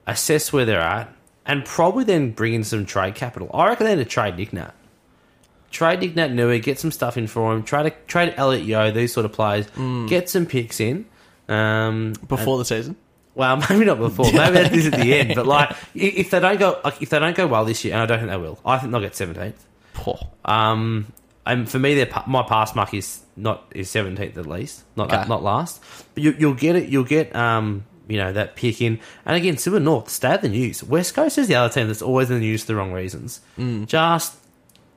assess where they're at and probably then bring in some trade capital. I reckon they need to trade Nick Nat. Trade Nick Nat Nui, get some stuff in for him. Try to trade Elliot Yo, these sort of players. Mm. Get some picks in. Um, Before the season. well, maybe not before. Maybe that is at the end. But like, i- if they don't go, like, if they don't go well this year, and I don't think they will, I think they'll get seventeenth. Poor. Um, and for me, their pa- my pass mark is not is seventeenth at least, not Okay. not last. But you, you'll get it. You'll get um, you know that pick in. And again, Super North, stay out of the news. West Coast is the other team that's always in the news for the wrong reasons. Mm. Just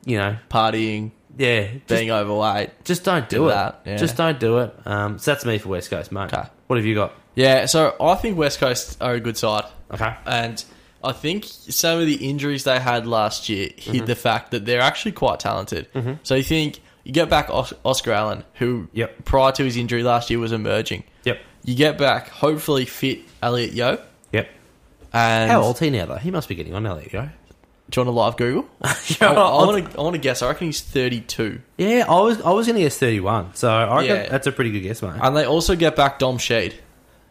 you know, Partying, yeah, just, being overweight. just don't do do it. that, yeah. Just don't do it. Um, so that's me for West Coast, mate. Okay. What have you got? Yeah, so I think West Coast are a good side. Okay. And I think some of the injuries they had last year hid Mm-hmm. the fact that they're actually quite talented. So you think, you get back Os- Oscar Allen, who Yep. prior to his injury last year was emerging. Yep. You get back, hopefully fit Elliot Yo. Yep. And How old's he now, E though? He must be getting on now. There you go. Do you want to live Google? I want to. I want to guess. I reckon he's thirty-two, yeah, I was I was going to guess thirty-one. So I reckon Yeah. that's a pretty good guess, mate. and they also get back Dom Sheed.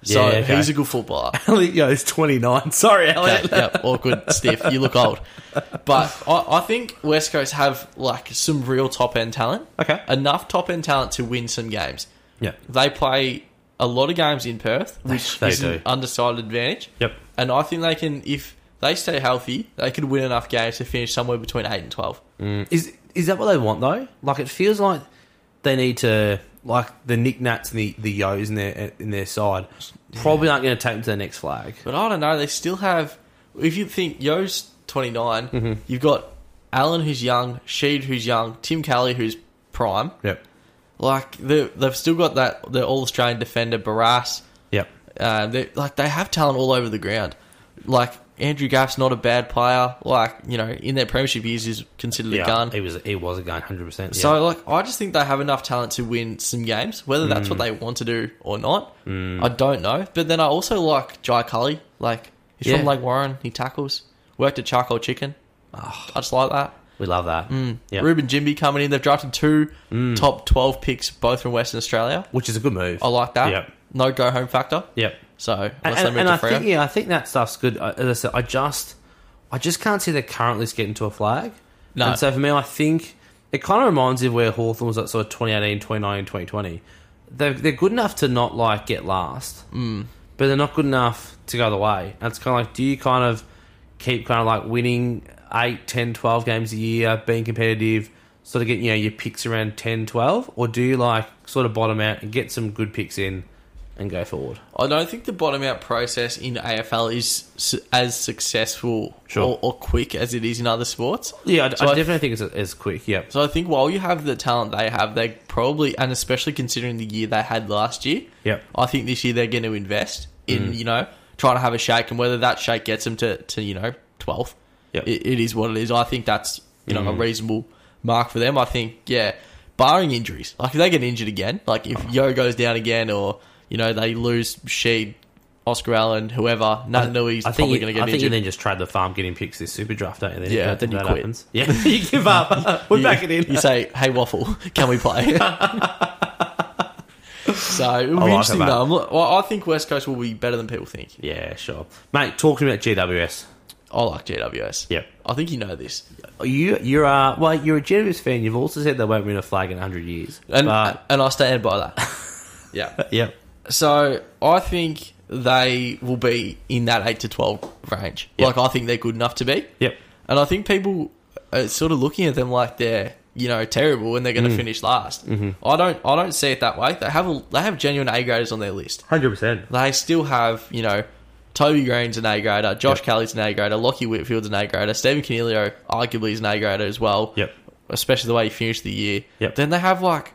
So Yeah, okay. he's a good footballer. Elliot Yo's twenty-nine. Sorry, Okay, Elliot. yeah, awkward, stiff. You look old, but I, I think West Coast have like some real top end talent. Okay. enough top end talent to win some games. Yeah. They play a lot of games in Perth, which they is an do. undecided advantage. Yep. And I think they can, if they stay healthy, they could win enough games to finish somewhere between eight and twelve. Mm, Is is that what they want though? Like it feels like they need to like the Nick Nats and the, the Yos in their in their side probably aren't going to take them to the next flag. But I don't know. They still have. If you think Yo's 29, Mm-hmm. you've got Allen who's young, Sheed who's young, Tim Kelly who's prime. Yep. Like they they've still got that the All Australian defender Barras. Yep. Uh, they like they have talent all over the ground. Like Andrew Gaff's not a bad player. Like you know, in their premiership years, is considered a gun. He was he was a gun, hundred percent. So like, I just think they have enough talent to win some games, whether that's Mm. what they want to do or not. I don't know. But then I also like Jai Cully. Like he's Yeah. from Lake Warren. He tackles. Worked at Charcoal Chicken. I just like that. we love that. Ah. Yeah. Mm. Ruben Jimby coming in. They've drafted two top twelve picks, both from Western Australia. which is a good move. I like that. Yep. No go home factor. Yep. So unless And, they and, move and to I Freo. think yeah, I think that stuff's good. I- As I said, I just I just can't see the current list getting to a flag. No. And so for me, I think it kind of reminds me of where Hawthorn was at sort of 2018, 2019, 2020. They're, they're good enough to not like get last, Hmm. mm. but they're not good enough to go the way. And it's kind of like, do you kind of keep kind of like winning 8, 10, 12 games a year, being competitive, sort of get, you know, your picks around 10, 12? Or do you like sort of bottom out and get some good picks in and go forward? I don't think the bottom out process in AFL is su- as successful Sure. or, or quick as it is in other sports. Yeah, I, So I I- definitely think it's, it's quick. Yep. So I think while you have the talent they have, they probably, and especially considering the year they had last year, Yep. Mm. I think this year they're going to invest in, you know, trying to have a shake and whether that shake gets them to, to you know, 12th, Yep. it, it is what it is. I think that's, you know, a Mm-hmm. reasonable mark for them. I think, yeah, barring injuries, like if they get injured again, like Oh. if Yo goes down again or, you know, they lose Sheed, Oscar Allen, whoever, Nat Nui's I think probably you, going to I get think you injured. then just trade the farm getting picks this super draft, don't you? Then Yeah, if then you that quit. Happens. Yeah, you give up. We're You- back it in. You say, "Hey Waffle, can we play?" so it'll be like it, interesting mate. though. I'm, well, I think West Coast will be better than people think. Yeah, sure, mate. Talking about GWS, I like GWS. Yep. I think you know this. you you're a well, you're a GWS fan. You've also said they won't win a flag in hundred years. And but, and I stand by that. yeah. yep, So I think they will be in that eight to twelve range. Yep. Like I think they're good enough to be. yep, And I think people are sort of looking at them like they're you know terrible and they're going to finish last. I don't I don't see it that way. They have a, they have genuine A graders on their list. hundred percent. they still have, you know, Toby Green's an A grader, Josh Kelly's an A grader, Lockie Whitfield's an A grader, Stephen Canelio arguably is an A grader as well. Yep. Especially the way he finished the year. Yep. Then they have like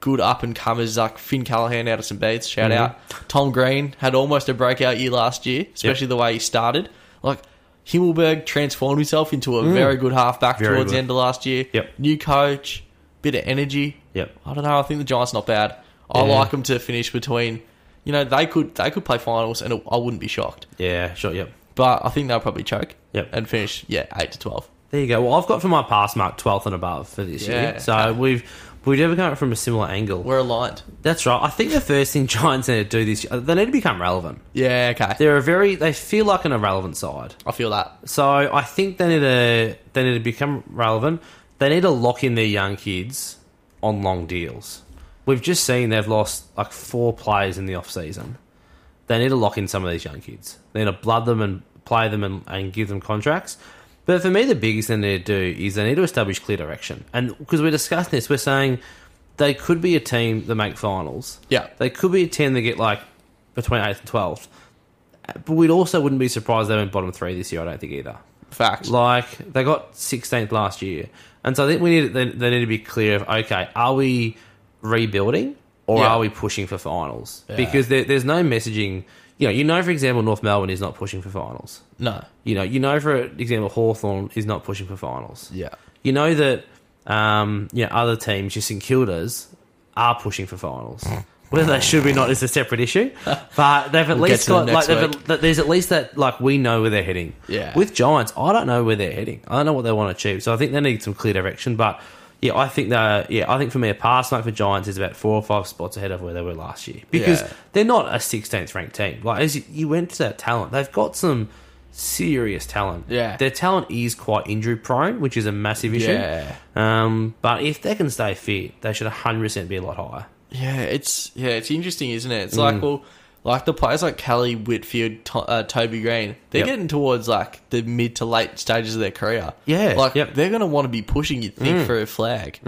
good up and comers like Finn Callahan out of some beats. Shout Mm-hmm. out. Tom Green had almost a breakout year last year, especially the way he started. Like Himmelberg transformed himself into a very good halfback Mm. Very towards good. the end of last year. Yep. New coach, bit of energy. Yep. I don't know. I think the Giants not bad. I Yeah. like them to finish between. You know they could they could play finals, and I wouldn't be shocked. Yeah, sure, yep. But I think they'll probably choke. Yep. And finish yeah eight to twelve. There you go. Well, I've got for my pass mark 12th and above for this Yeah. year. So we've we've never come from a similar angle. We're aligned. That's right. I think the first thing Giants need to do this year, they need to become relevant. Yeah. Okay. They're a very they feel like an irrelevant side. I feel that. So I think they need to they need to become relevant. They need to lock in their young kids on long deals. We've just seen they've lost like four players in the off season. They need to lock in some of these young kids. They need to blood them and play them and, and give them contracts. But for me, the biggest thing they need to do is they need to establish clear direction. And because we're discussing this, we're saying they could be a team that make finals. Yeah. They could be a team that get like between eighth and twelfth. But we'd also wouldn't be surprised they went bottom three this year. I don't think either. Facts. Like they got 16th last year, and so I think we need they, they need to be clear of okay, are we rebuilding or Yeah. are we pushing for finals? Because there, there's no messaging. You know, you know, for example, North Melbourne is not pushing for finals. no. You know, you know, for example, Hawthorn is not pushing for finals. Yeah. You know that um, you know, other teams, your St Kilda's, are pushing for finals. Hmm. Whether they should be or not is a separate issue, but they've at We'll get least to got them like next they've week. at, that there's at least that like we know where they're heading. Yeah. With Giants, I don't know where they're heading. I don't know what they want to achieve. So I think they need some clear direction. But yeah, I think that yeah, I think for me a pass mark for Giants is about four or five spots ahead of where they were last year because Yeah. they're not a 16th ranked team. Like as you, you went to that talent, they've got some serious talent. Yeah. their talent is quite injury prone, which is a massive issue. Yeah. Um, but if they can stay fit, they should 100% be a lot higher. Yeah, it's yeah, it's interesting, isn't it? Mm. It's like well, like the players like Kelly Whitfield, to, uh, Toby Green, they're Yep. getting towards like the mid to late stages of their career. Yeah, like yep. Mm. Mm-hmm. they're going to want to be pushing. You think for a flag.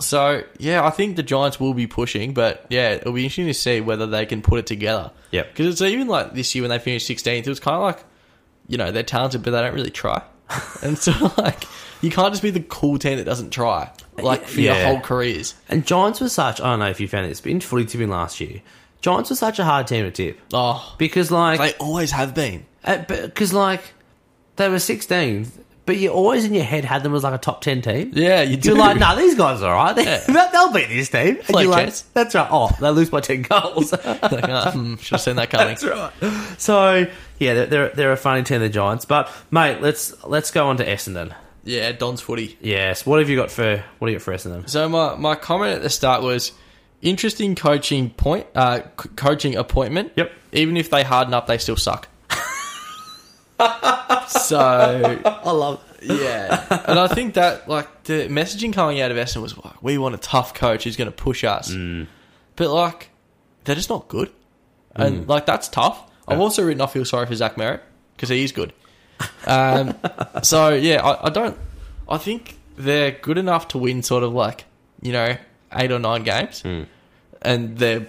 So yeah, I think the Giants will be pushing, but yeah, it'll be interesting to see whether they can put it together. Yep. because it's even like this year when they finished sixteenth, it was kind of like you know they're talented, but they don't really try. and so like you can't just be the cool team that doesn't try like for Yeah. your whole careers. And Giants were such, I don't know if you found this, but in footy tipping last year, Giants were such a hard team to tip. Oh, Because, like, They always have been. because like they were 16th, but you always in your head had them as like a top 10 team. Yeah, you do. You're like, nah, these guys are all right. They, Yeah. They'll beat this team. And Play you're like, chess. that's right. Oh, they lose by 10 goals. Like, ah, hmm, should have seen that coming. That's right. So yeah, they're, they're they're a funny team, the Giants. But mate, let's let's go on to Essendon. Yeah, Don's footy. Yes, what have you got for what do you got for Essendon? So my, my comment at the start was interesting coaching point, uh, c- coaching appointment. Yep. Even if they harden up, they still suck. so I love. yeah, and I think that like the messaging coming out of Essendon was like, we want a tough coach who's going to push us, but like they're just not good, and like that's tough. I've also written I feel sorry for Zach Merritt because he is good. Um, so yeah, I, I don't. I think they're good enough to win, sort of like you know eight or nine games, and they're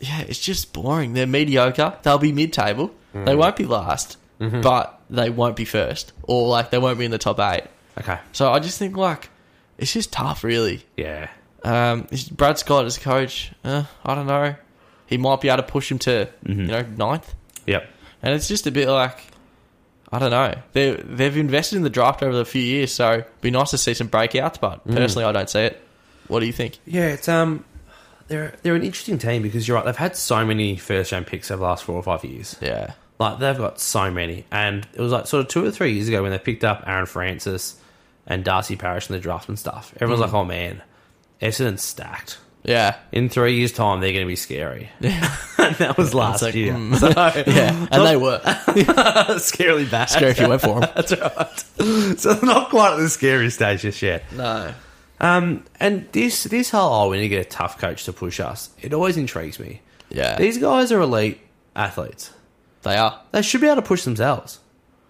yeah, it's just boring. They're mediocre. They'll be mid-table. They won't be last, but they won't be first, or like they won't be in the top eight. Okay. So I just think like it's just tough, really. Yeah. Um, is Brad Scott as coach, uh, I don't know. He might be able to push him to Mm-hmm. you know ninth. Yep. And it's just a bit like I don't know. They they've invested in the draft over the few years, so it'd be nice to see some breakouts, but Mm. personally I don't see it. What do you think? Yeah, it's um, they're they're an interesting team because you're right. They've had so many first round picks over the last four or five years. Yeah. Like they've got so many, and it was like sort of two or three years ago when they picked up Aaron Francis and Darcy Parish and the draftsman stuff. Everyone's like, oh man, Essendon's stacked. Yeah. in three years' time, they're going to be scary. and that was last like, year. mm. So, Yeah. And they were. scarily bad. Scary if you went for them. That's right. So they're not quite at the scary stage just yet. No. Um, and this this whole oh, we need to get a tough coach to push us. It always intrigues me. Yeah. These guys are elite athletes. they are. They should be able to push themselves.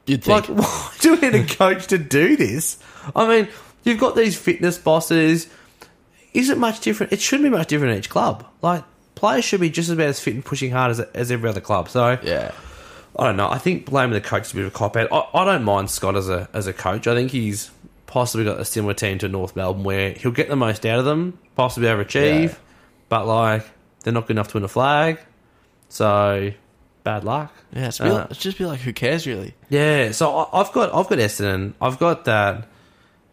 You'd think. Like, why do we need a coach to do this? I mean, you've got these fitness bosses. Is it much different? It shouldn't be much different in each club. Like, players should be just about as fit and pushing hard as, as every other club. So, yeah. I don't know. I think blaming the coach is a bit of a cop out. I, I don't mind Scott as a as a coach. I think he's possibly got a similar team to North Melbourne where he'll get the most out of them, possibly overachieve. Yeah. but like they're not good enough to win a flag. So bad luck. Yeah, it's, be Uh, like- it's just be like, who cares really? Yeah, so I- I've got I've got Essendon. I've got that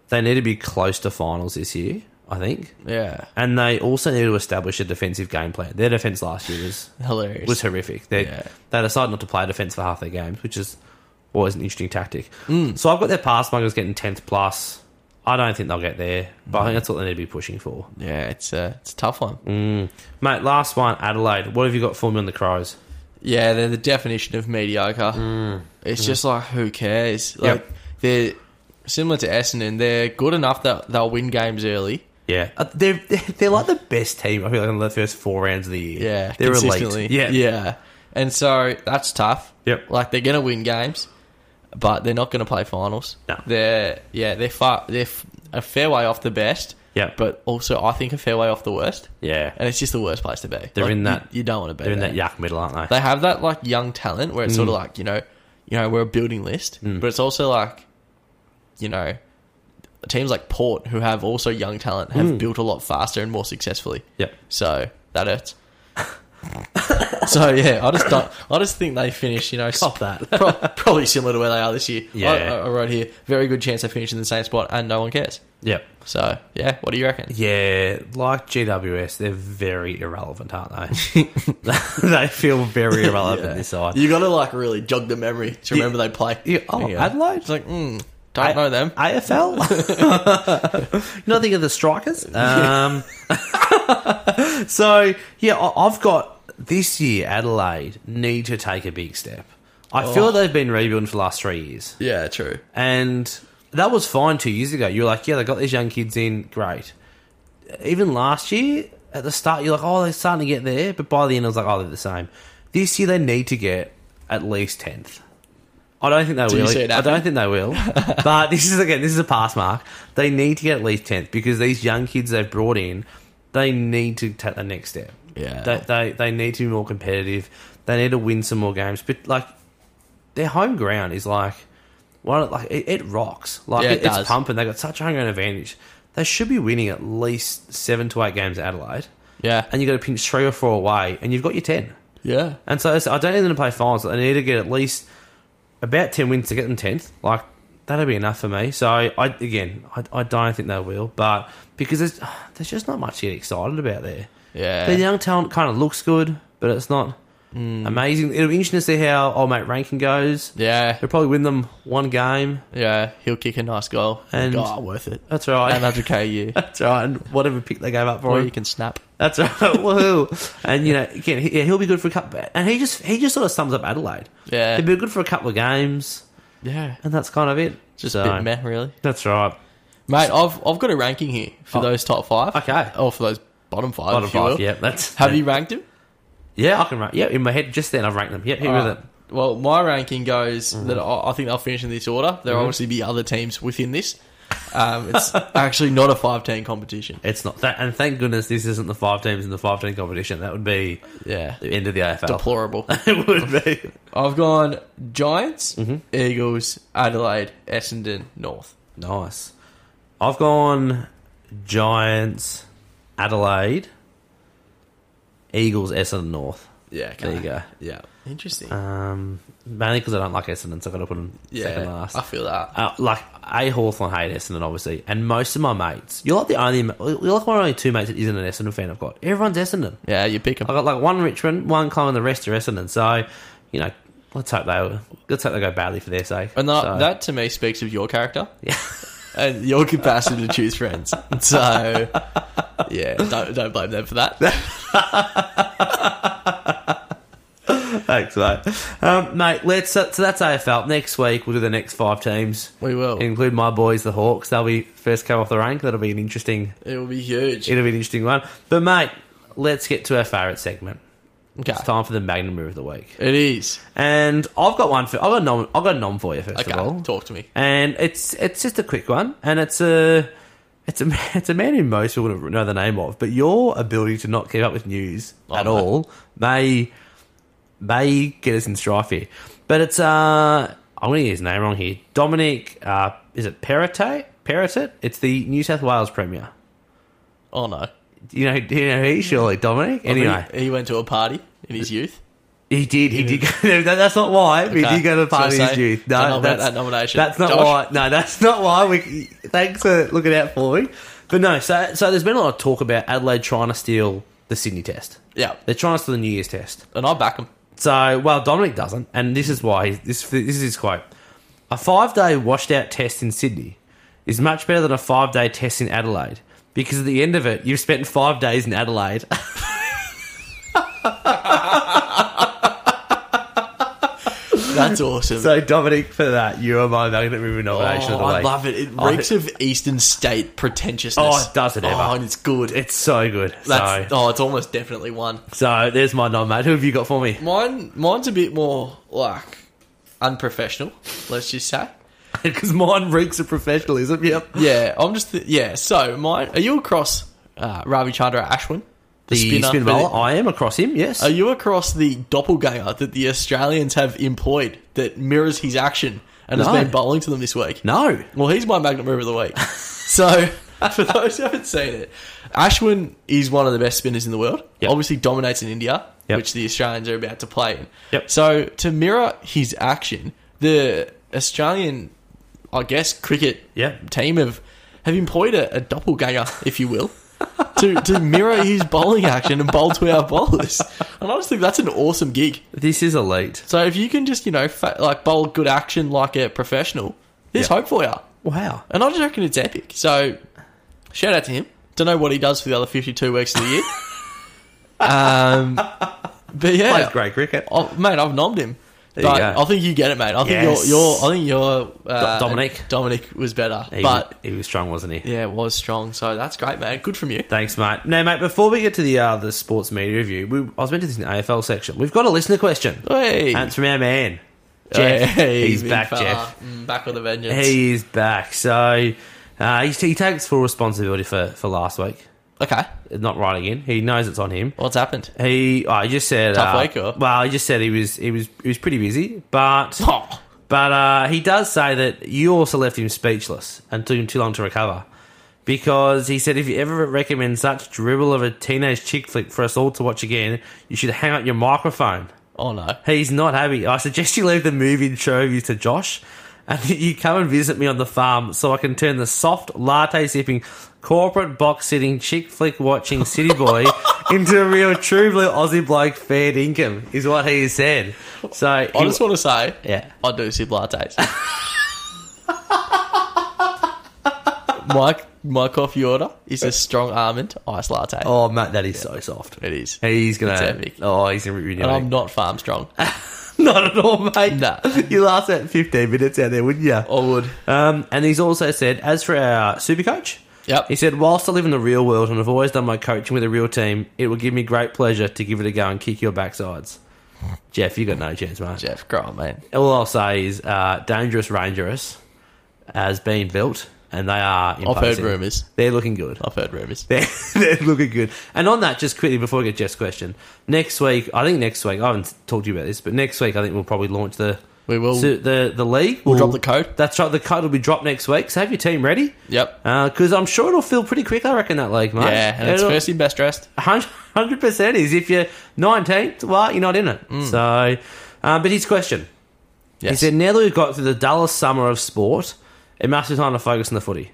they need to be close to finals this year. I think, Yeah, and they also need to establish a defensive game plan. Their defense last year was hilarious. was horrific. They Yeah. they decided not to play defense for half their games, which is always an interesting tactic. So I've got their pass markers getting tenth plus. I don't think they'll get there, but I think that's what they need to be pushing for. yeah, it's a it's a tough one. Mm. Mate, last one, Adelaide. What have you got for me on the Crows? Yeah, they're the definition of mediocre. It's just like who cares? Like Mm. Yep. they're similar to Essendon. They're good enough that they'll win games early. Yeah, Uh, they're they're like the best team. I feel like in the first four rounds of the year. Yeah, they're consistently. elite. Yeah, yeah. And so that's tough. Yep. Like they're going to win games, but they're not going to play finals. No. They're yeah, they're far they're f- a fair way off the best. Yep. But also, I think a fair way off the worst. yeah. And it's just the worst place to be. They're Like, in you- that- You, don't want to be. They're in there. that yuck middle, aren't they? They have that like young talent where it's Mm. sort of like you know, you know, we're a building list, but it's also like, you know, teams like Port who have also young talent have Mm. built a lot faster and more successfully. Yep. So that hurts. so yeah, I just don't, I just think they finish. You know, Cop that. pro- probably similar to where they are this year. Yeah. I, I, I wrote here very good chance they finish in the same spot, and no one cares. Yep. So yeah, what do you reckon? Yeah, like GWS, they're very irrelevant, aren't they? they feel very irrelevant this side. You got to like really jog the memory to remember they play. Yeah, oh, Adelaide? It's like, hmm. mm, don't know them. AFL. you know, think of the strikers. Um, so yeah, I- I've got this year. Adelaide need to take a big step. I feel they've been rebuilding for the last three years, Yeah, true. and that was fine two years ago. You were like, yeah, they got these young kids in, great. Even last year, at the start, you're like, oh, they're starting to get there, but by the end, I was like, oh, they're the same. This year, they need to get at least tenth. I don't think they you will. see it I happening? don't think they will. but this is again, this is a pass mark. They need to get at least tenth because these young kids they've brought in, they need to take the next step. Yeah. they they, they need to be more competitive. They need to win some more games. But like, their home ground is like one of- like it, it rocks. Like Yeah, it it- it's does. pumping. They got such a home ground advantage. They should be winning at least seven to eight games at Adelaide, Yeah, and you got to pinch three or four away, and you've got your ten. yeah, And so it's- I don't need them to play finals. I need to get at least about 10 wins to get them 10th. Like, that'll be enough for me. So, I again, I, I don't think they will. But because there's, there's just not much to get excited about there. yeah. Hmm. The young talent kind of looks good, but it's not amazing. It'll be interesting to see how old mate Rankin goes. Yeah, He'll probably win them one game. yeah. He'll kick a nice goal. And- God, Oh, worth it. That's right. And 100k a year. That's right. And whatever pick they gave up for Or him. you can snap. That's right. Woohoo! And you know, again, he, yeah, he'll be good for a couple. And he just he just sort of sums up Adelaide. Yeah. he'll be good for a couple of games, Yeah. and that's kind of it. Just So- a bit meh, really. That's right. Mate, I've I've got a ranking here for Oh. those top five. Okay. Or for those bottom five. Bottom if you five. will. Yeah, that's. Have you ranked them? Yeah, I can rank. Yeah, in my head just then I've ranked them. Yeah, here with Alright. it. Well, my ranking goes Mm-hmm. that I, I think they'll finish in this order. There'll obviously be other teams within this. Um, it's actually not a five-team competition. It's not that, and thank goodness this isn't the five teams in the five team competition. That would be Yeah. the end of the AFL. Deplorable. it would be. I've gone Giants, Mm-hmm. Eagles, Adelaide, Essendon, North. Nice. I've gone Giants, Adelaide, Eagles, Essendon North. Yeah, There you go. Yeah, interesting. Um, mainly because I don't like Essendon, so I got to put them second last. I feel that. Uh, like a Hawthorn hate Essendon, obviously, and most of my mates. You're like the only. ma- You're like one of only two mates that isn't an Essendon fan. I've got everyone's Essendon. Yeah, you pick them. I got like one Richmond, one Clyde, the rest are Essendon. So, you know, let's hope they let's hope they go badly for their sake. And that, So- that to me speaks of your character and your capacity to choose friends. So, yeah, don't, don't blame them for that. Thanks, mate. Um, mate, let's uh, so that's AFL. Next week we'll do the next five teams. We will. include my boys, the Hawks. They'll be first come off the rank. That'll be an interesting. It will be huge. It'll be an interesting one. But mate, let's get to our favourite segment. Okay. It's time for the Magnum Move of the Week, It is. and I've got one for I've got a nom I've got a nom for you first Okay, of all, talk to me. and it's it's just a quick one, and it's a it's a it's a man who most people wouldn't know the name of, but your ability to not keep up with news at mate. all may may get us in strife here. But it's uh I'm gonna get his name wrong here. Dominic uh is it Perrottet? Perrottet? It's the New South Wales Premier. Oh, no. You know, do you know he surely Dominic. Anyway, he, he went to a party in his youth. he did. He did. Go, that, that's not why. but He Okay. did go to the So party. say, as you. don't know No, about that's that nomination. That's not Josh? why. No, that's not why. We thanks for looking out for me. But no, so so there's been a lot of talk about Adelaide trying to steal the Sydney Test. Yeah, They're trying to steal the New Year's Test. and I back him. So, well, Dominic doesn't, and this is why. He's, this, this is his quote. A five-day washed-out test in Sydney is much better than a five-day test in Adelaide because at the end of it, you've spent five days in Adelaide. That's awesome. so, Dominic, for that, you are my magnet ribbon Oh, nomination of the I week. love it. It I- reeks of Eastern State pretentiousness. Oh, it does it ever. Oh, and it's good. It's so good. That's, so, oh, it's almost definitely one. so, there's my nom, mate. Who have you got for me? Mine, mine's a bit more like unprofessional. Let's just say. Because mine reeks of professionalism. Yep. Yeah, I'm just th- yeah. So mine, are you across uh, Ravi Chandra Ashwin, The spin, for the- bowler. I am across him. Yes. Are you across the doppelganger that the Australians have employed that mirrors his action and No. has been bowling to them this week? no. Well, he's my magnet move of the week. so, for those who haven't seen it, Ashwin is one of the best spinners in the world. Yep. Obviously, dominates in India, Yep. which the Australians are about to play in. Yep. So, to mirror his action, the Australian, I guess, cricket Yep. team have, have employed a, a doppelganger, if you will. to, to mirror his bowling action and bowl to our bowlers. And I just think that's an awesome gig. This is elite. So if you can just, you know, fa- like bowl good action like a professional, there's Yeah. hope for you. Wow. And I just reckon it's epic. So, shout out to him. Don't know what he does for the other 52 weeks of the year. um, but yeah, Plays great cricket. Oh, mate, I've nommed him. you but go. I think you get it, mate. I think Yes. you're, you're. I think you're. Uh, Do- Dominic. Dominic was better, He, but he was strong, wasn't he? yeah, was strong. So that's great, mate. Good from you. Thanks, mate. Now, mate, before we get to the uh, the sports media review, we, I was meant to do this in the AFL section. We've got a listener Oh, question. Hey, And it's from our man, Jeff. Hey, he's big back, fella. Jeff. Mm, back with a vengeance. He is back. So uh, he, he takes full responsibility for, for last week, Okay, not writing in. He knows it's on him. what's happened? He, I just said Tough uh, week, or? Well, I just said he was he was he was pretty busy, but Oh. but uh, he does say that you also left him speechless and took him too long to recover because he said if you ever recommend such dribble of a teenage chick flick for us all to watch again, you should hang up your microphone. Oh no. He's not happy. I suggest you leave the movie intro review to Josh and that you come and visit me on the farm so I can turn the soft latte sipping, corporate box sitting, chick flick watching city boy into a real true blue Aussie bloke fair income, is what he said. So, I just want to say, yeah. I do sip lattes. my my coffee order is a strong almond ice latte. Oh, Matt, that is so soft. It is, He's gonna. It's epic. Oh, he's gonna rip you and down. I'm not farm strong. I Not at all, mate. Nah. Oh. You last at 15 minutes out there, wouldn't you? would. Um, and he's also said, as for our super coach, Yep. he said, whilst I live in the real world and have always done my coaching with a real team, it will give me great pleasure to give it a go and kick your backsides. Jeff, you got no chance, mate. Jeff, grow on, man. All I'll say is, uh, Dangerous Rangerous has been built, and they are. I've heard imposing. rumours. They're looking good. I've heard rumours. They're, they're looking good. And on that, just quickly before we get Jeff's question, next week, I think next week, I haven't talked to you about this, but next week, I think we'll probably launch the We will. so the the league. We'll drop the code. That's right. The code will be dropped next week. So have your team ready. Yep. Because Uh, I'm sure it'll fill pretty quick. I reckon that league, mate. yeah, and it's first in best dressed. Hundred percent is if you're 19th, well, you're not in it. Mm. So, um, but his question. Yes. He said, now that we've got through the dullest summer of sport, it must be time to focus on the footy.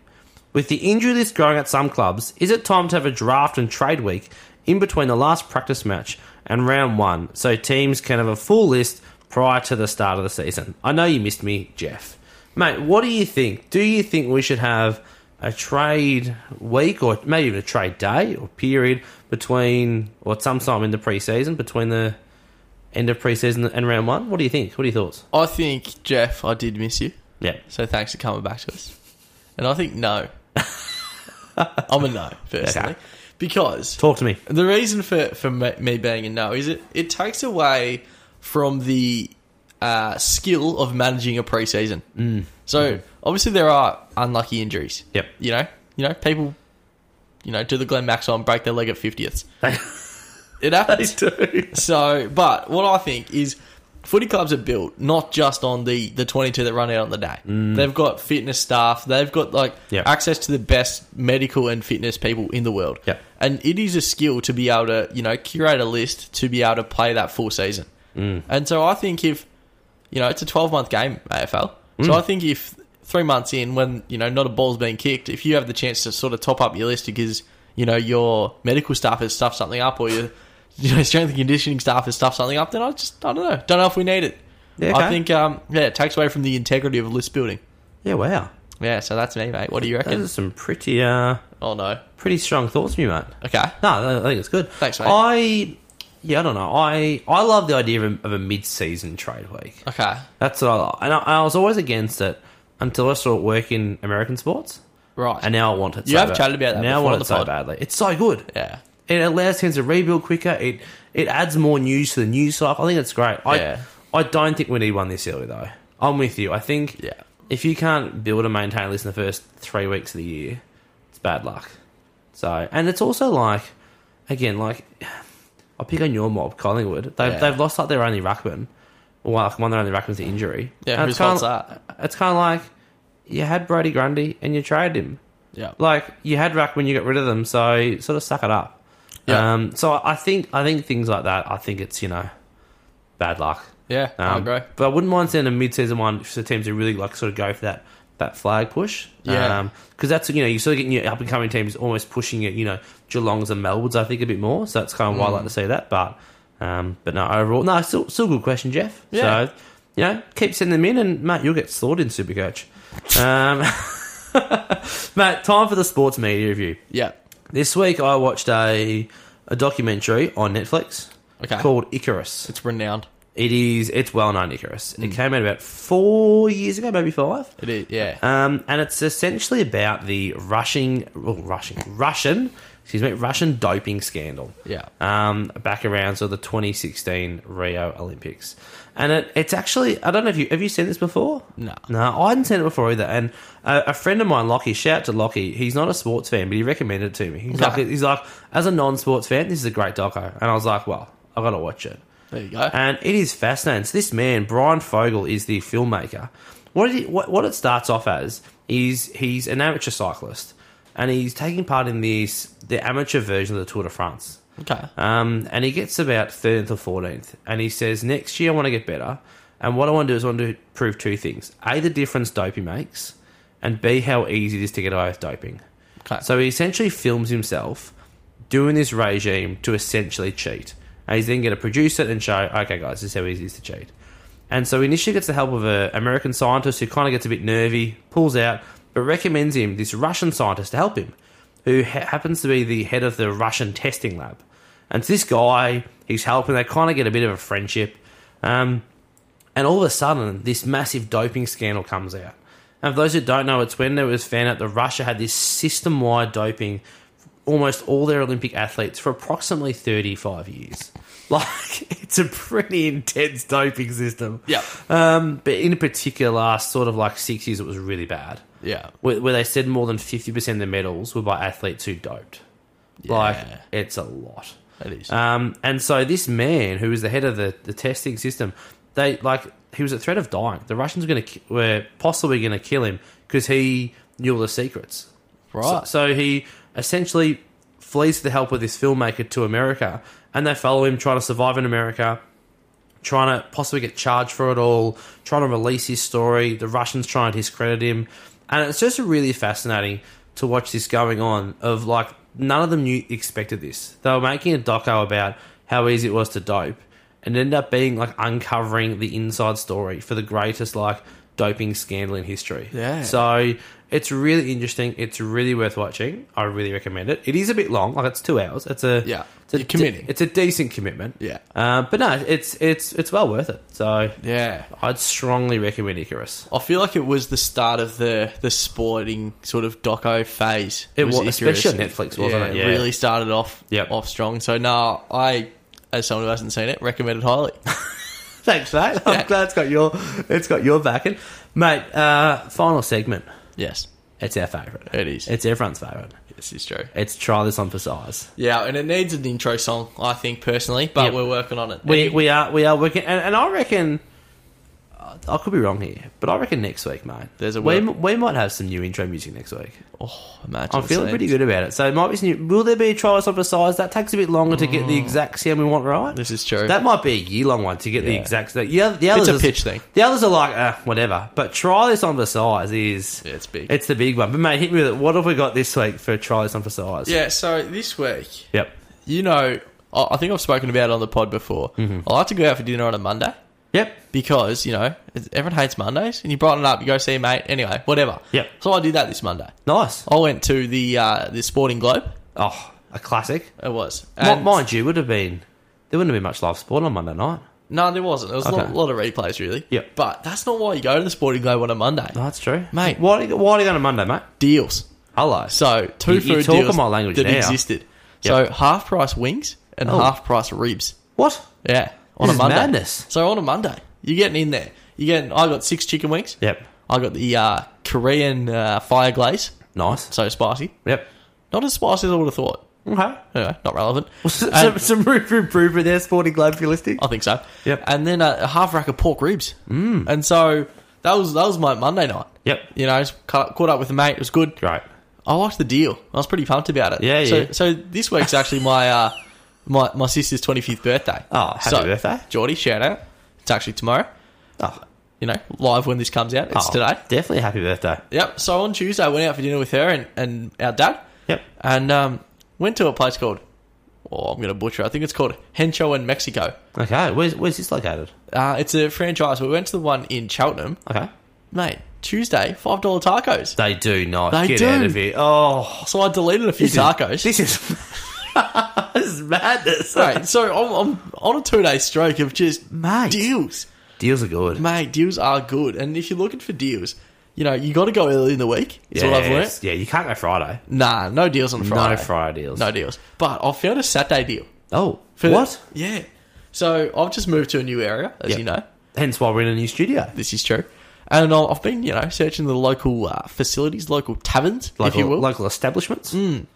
With the injury list growing at some clubs, is it time to have a draft and trade week in between the last practice match and round one so teams can have a full list prior to the start of the season? I know you missed me, Jeff. Mate, what do you think? Do you think we should have a trade week or maybe even a trade day or period between, or sometime in the preseason, between the end of preseason and round one? What do you think? What are your thoughts? I think Jeff, I did miss you. Yeah. So thanks for coming back to us. And I think no. I'm a no, personally. Okay. Because Talk to me. The reason for for me me being a no is it it takes away from the uh, skill of managing a preseason. Mm. So obviously there are unlucky injuries. Yep. You know, you know people, you know, do the Glenn Maxwell and break their leg at fiftieth. it happens. do. So, but what I think is footy clubs are built not just on the, the 22 that run out on the day. They've got fitness staff. They've got like Yep. access to the best medical and fitness people in the world. Yep. And it is a skill to be able to, you know, curate a list to be able to play that full season. Mm. And so I think if, you know, it's a 12 month game, AFL. Mm. So I think if three months in, when, you know, not a ball's being kicked, if you have the chance to sort of top up your list because, you know, your medical staff has stuffed something up or your, you know, strength and conditioning staff has stuffed something up, then I just, I don't know. Don't know if we need it. Yeah, I okay. think, um, yeah, it takes away from the integrity of list building. Yeah, wow. Yeah, so that's me, mate. What do you Those reckon? are some pretty uh, oh, no. pretty strong thoughts from you, mate. Okay. No, I think it's good. Thanks, mate. I yeah, I don't know. I I love the idea of a, of a mid-season trade week. Okay. That's what I like. and I, I was always against it until I saw it work in American sports, Right. and now I want it. You so have bad. chatted about that Now I before want on it the so pod. badly. It's so good. yeah. It allows teams to rebuild quicker. It it adds more news to the news cycle. I think it's great. I Yeah. I don't think we need one this early though. I'm with you. I think Yeah. if you can't build and maintain a list in the first three weeks of the year, it's bad luck. So and it's also like again, like I'll pick on your mob, Collingwood. They Yeah. they've lost like their only ruckman. Well, like, one of their only ruckman's to injury. Yeah, And whose it's kinda- fault's that? It's kinda like you had Brody Grundy and you traded him Yeah. like you had rack when you got rid of them, so sort of suck it up. Yeah. Um, so I think I think things like that. I think it's you know bad luck. Yeah, Um, I agree. But I wouldn't mind seeing a mid-season one for the teams who really like sort of go for that that flag push. Yeah. Because that's you know you sort of getting your up and coming teams almost pushing it. You know Geelong's and Melbourne's I think a bit more. So that's kind of why I Mm. like to see that. But um, but no overall no still still a good question Jeff. Yeah. So you know keep sending them in and Matt you'll get slaughtered in Supercoach. Um, Matt, time for the sports media review. Yeah. This week I watched a a documentary on Netflix Okay. called Icarus. It's renowned. It is it's well known Icarus. It came out about four years ago, maybe five. It is. Yeah. Um, and it's essentially about the rushing, well, rushing, Russian, excuse me, Russian doping scandal. Yeah. Um, back around so the 2016 Rio Olympics, and it, it's actually I don't know if you have you seen this before. No. no, I hadn't seen it before either. And a, a friend of mine, Lockie, shout out to Lockie. He's not a sports fan, but he recommended it to me. He's like, Okay. he's like, as a non-sports fan, this is a great doco, and I was like, well, I got to watch it. There you go. And it is fascinating. So this man, Brian Fogel, is the filmmaker. What it, what, what it starts off as is he's an amateur cyclist, and he's taking part in this the amateur version of the Tour de France. Okay. Um, and he gets about 13th or 14th. And he says, Next year I want to get better. And what I want to do is I want to prove two things A, the difference doping makes, and B, how easy it is to get away with doping. Okay. So he essentially films himself doing this regime to essentially cheat. And he's then going to produce it and show, okay, guys, this is how easy it is to cheat. And so he initially gets the help of an American scientist who kind of gets a bit nervy, pulls out, but recommends him this Russian scientist to help him, who ha- happens to be the head of the Russian testing lab. And so this guy, he's helping. They kind of get a bit of a friendship. Um, and all of a sudden, this massive doping scandal comes out. And for those who don't know, it's when it was found out that Russia had this system wide doping almost all their Olympic athletes for approximately 35 years. Like, it's a pretty intense doping system. Yeah. Um, but in particular, last sort of like six years, it was really bad. Yeah. Where, where they said more than 50% of the medals were by athletes who doped. Like, Yeah. it's a lot. It is. Um, and so this man, who was the head of the, the testing system, they like he was a threat of dying. The Russians were going to were possibly going to kill him because he knew all the secrets. right. So, so he essentially flees to the help of this filmmaker to America, and they follow him trying to survive in America, trying to possibly get charged for it all, trying to release his story. The Russians trying to discredit him, and it's just really fascinating to watch this going on. Of like, none of them knew expected this. They were making a doco about how easy it was to dope, and it ended up being like uncovering the inside story for the greatest like doping scandal in history. Yeah. So so it's really interesting. It's really worth watching. I really recommend it. It is a bit long, like it's two hours. It's a Yeah. It's a You're committing. de- it's a decent commitment. Yeah. Uh, but no, it's it's it's well worth it. So yeah. I'd strongly recommend Icarus. I feel like it was the start of the the sporting sort of doco phase. It was, Icarus. especially on Netflix, wasn't yeah, it? Yeah. really started off Yep. off strong. So no, I as someone who hasn't seen it, recommend it highly. Thanks, mate. I'm Yeah. glad it's got your it's got your backing, mate. Uh, final segment. yes. It's our favourite. It is. It's everyone's favourite. This is true. It's try this on for size. Yeah, and it needs an intro song, I think personally, but Yep. we're working on it. We we are we are working, and, and I reckon I could be wrong here, but I reckon next week, mate. There's a we work- m- we might have some new intro music next week. oh, imagine I'm the feeling scenes. pretty good about it. So it might be some new. Will there be a try this on for size? That takes a bit longer to get the exact sound we want right. This is true. That might be a year long one to get the Yeah. exact. The, the, the others a is- pitch thing. The others are like uh, whatever, but try this on for size is Yeah, it's big. It's the big one. But mate, hit me with it. What have we got this week for try this on for size? yeah. So this week, Yep. you know, I, I think I've spoken about it on the pod before. Mm-hmm. I like to go out for dinner on a Monday Yep. because you know it's- everyone hates Mondays, and you brighten it up. You go see a mate anyway, whatever. Yep. So I did that this Monday. Nice. I went to the uh, the Sporting Globe. Oh, a classic. It was. M- And- mind you, would have been there wouldn't have been much live sport on Monday night. No, there wasn't. There was a, lot, Okay. lot of replays, really. Yep. But that's not why you go to the Sporting Globe on a Monday. No, that's true, Mate. Why why are you going on Monday, mate? Deals. Hello. So two You- food you're talking deals my language that now. existed. So half price wings and Oh. half price ribs. what? Yeah, on This a is Monday. madness. So on a Monday, you're getting in there. You getting? I got six chicken wings. Yep. I got the uh, Korean uh, fire glaze. Nice. So spicy. Yep. Not as spicy as I would have thought. Okay. Anyway, not relevant. some, And- some room for improvement there, Sporting Globe, if you're listening. I think so. Yep. And then a, a half rack of pork ribs. Mm. And so that was that was my Monday night. Yep. You know, just caught caught up with a mate. It was good. Great. I liked the deal. I was pretty pumped about it. Yeah, so, yeah. So this week's actually my uh, my my sister's twenty fifth birthday. Oh, happy So, birthday. Geordie! Shout out. It's actually tomorrow. Oh, You know, live when this comes out. It's oh, today. Definitely happy birthday. Yep. So on Tuesday, I went out for dinner with her and, and our dad, Yep. and um, went to a place called. Oh, I'm going to butcher. it. I think it's called Hencho in Mexico. Okay. Where's where's this located? Uh, it's a franchise. We went to the one in Cheltenham, Okay. mate. Tuesday, five dollar tacos. They do not They get do. out of here. Oh, So I deleted a few this is- tacos. This is this is madness. Right, so I'm, I'm on a two day stroke of just Mate. deals. Deals are good. Mate, deals are good. And if you're looking for deals, you know, you got to go early in the week, is what I've learned. Yes. Yeah, you can't go Friday. Nah, no deals on Friday. No Friday deals. No deals. But I found a Saturday deal. Oh, For what? yeah. So I've just moved to a new area, as Yep. you know. Hence why we're in a new studio. This is true. And I- I've been, you know, searching the local uh, facilities, local taverns, Local, if you will. Mm. local establishments. and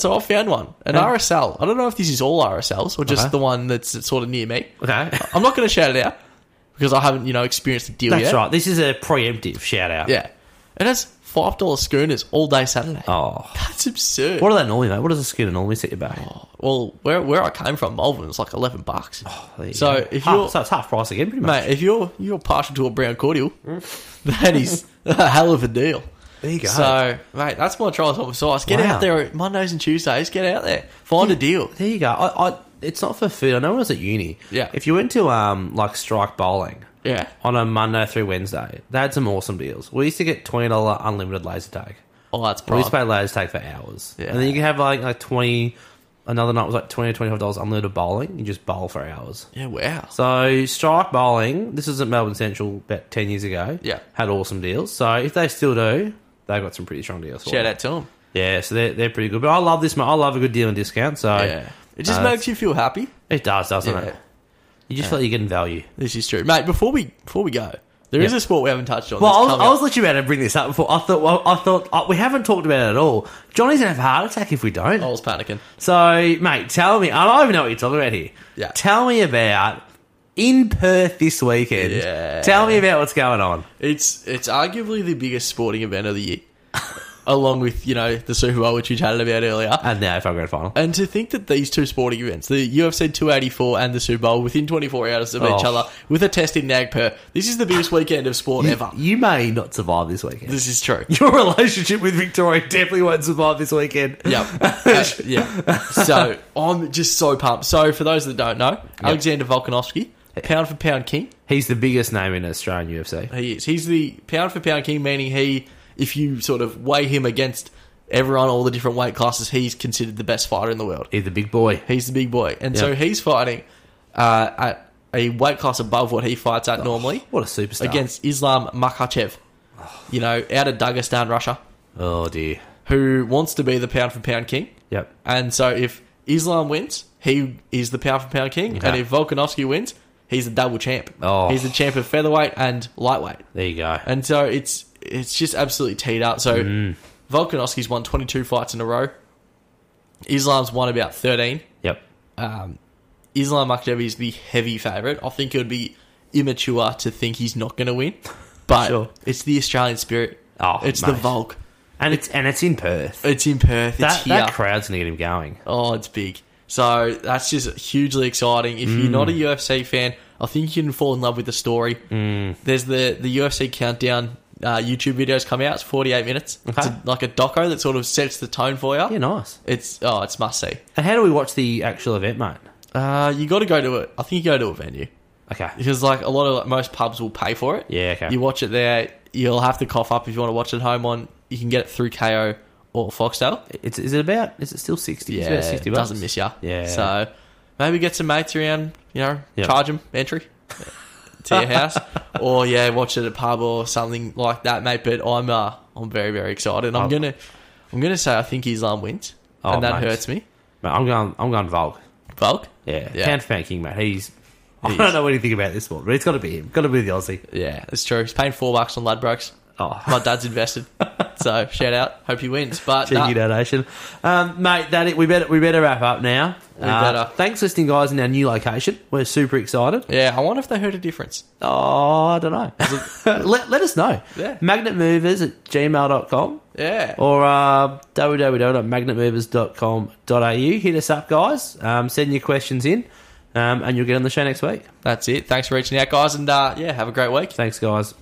so I found one, an Yeah. RSL. I don't know if this is all RSLs or just Okay. the one that's sort of near me. Okay. I'm not going to shout it out because I haven't, you know, experienced the deal That's yet. right. This is a preemptive shout out. Yeah. It has five dollar schooners all day Saturday. Oh. That's absurd. What are they normally, mate? What does a scooter normally set you back? well, where where I came from, Malvern, it's like eleven bucks. There you so go. if Half- you're so it's half price again, pretty much. mate, if you're you're partial to a brown cordial, that is a hell of a deal. There you go. So, mate, that's my trials on for size. Get Wow. out there Mondays and Tuesdays. Get out there, find a deal. There you go. I, I, it's not for food. I know when I was at uni. Yeah. If you went to um like strike bowling Yeah. on a Monday through Wednesday, they had some awesome deals. We used to get twenty dollar unlimited laser tag. Oh, that's We prime. used to play laser tag for hours. Yeah. And then you can have like like twenty. Another night was like twenty or twenty five dollars unlimited bowling. You just bowl for hours. Yeah. Wow. So strike bowling. This is at Melbourne Central about ten years ago. Yeah. Had awesome deals. So if they still do, they got some pretty strong deals. for Shout them. out to him. Yeah, so they're, they're pretty good. But I love this. mo- I love a good deal and discount. So Yeah. It just uh, makes you feel happy. it does, doesn't Yeah. it? You just feel like you're getting value. This is true, mate. Before we before we go, there is Yeah. a sport we haven't touched on. Well, that's I was, coming I up. was literally about to bring this up before. I thought, well, I thought uh, we haven't talked about it at all. Johnny's gonna have a heart attack if we don't. I was panicking. So, mate, tell me. I don't even know what you're talking about here. Yeah. Tell me about in Perth this weekend. Yeah. Tell me about what's going on. It's it's arguably the biggest sporting event of the year, along with you know the Super Bowl which you chatted about earlier. And the AFL Grand Final. And to think that these two sporting events, the UFC 284 and the Super Bowl, within 24 hours of each Oh. other, with a test in Nagpur, this is the biggest weekend of sport ever. You may not survive this weekend. This is true. Your relationship with Victoria definitely won't survive this weekend. Yep. Uh, yeah. So I'm just so pumped. So for those that don't know, Alexander Volkanovski, pound for pound king. He's the biggest name in Australian UFC. He is. He's the pound for pound king, meaning he, if you sort of weigh him against everyone, all the different weight classes, he's considered the best fighter in the world. He's the big boy. He's the big boy. And so Yeah. he's fighting uh, at a weight class above what he fights Oh, at normally What a superstar. against Islam Makhachev, you know, out of Dagestan, Russia, Oh, dear. who wants to be the pound for pound king. Yep. And so if Islam wins, he is the pound for pound king. Okay. And if Volkanovski wins, he's the double champ. Oh. He's the champ of featherweight and lightweight. There you go. And so it's it's just absolutely teed up. So Mm. Volkanovski's won 22 fights in a row. Islam's won about 13. Yep. Um, Islam Makhachev is the heavy favourite. I think it would be immature to think he's not going to win, but Sure. it's the Australian spirit. Oh, it's the mate. Volk. And it's and it's in Perth. It's in Perth. That, it's here. that crowd's gonna get him going. Oh, it's big. So that's just hugely exciting. If you're Mm. not a UFC fan, I think you can fall in love with the story. Mm. There's the the UFC countdown uh, YouTube videos come out. It's 48 minutes. It's Okay. a, like a doco that sort of sets the tone for you. Yeah, nice. It's oh, it's must see. And how do we watch the actual event, mate? Uh, you got to go to it. I think you go to a venue Okay. because like a lot of like, most pubs will pay for it. Yeah, okay. You watch it there. You'll have to cough up if you want to watch it home. On you can get it through KO or Foxtel. It's is it about is it still sixty? Yeah, it's about sixty it bucks. doesn't miss ya. Yeah. So maybe get some mates around, you know, charge 'em Yep. charge them entry to your house, or yeah, watch it at a pub or something like that, mate. But I'm uh, I'm very very excited. I'm Oh. gonna I'm gonna say I think Islam wins, Oh, and that mate. hurts me. Mate, I'm going I'm going Volk. Volk, Yeah. Yeah. Count Fan King, mate. He's I He's- don't know anything about this one, but it's gotta be him. Gotta be the Aussie. yeah, it's true. He's paying four bucks on Ladbrokes. Oh, My dad's invested, so shout out. Hope he wins. But nah, cheeky donation, um, mate. That it. We better we better wrap up now. We Uh, better. Thanks, for listening guys, in our new location. We're super excited. yeah, I wonder if they heard a difference. Oh, I don't know. let, let us know. Yeah. Magnetmovers at gmail.com Yeah, or uh, www.magnetmovers.com.au. Hit us up, guys. Um, send your questions in, um, and you'll get on the show next week. that's it. Thanks for reaching out, guys, and uh, yeah, have a great week. Thanks, guys.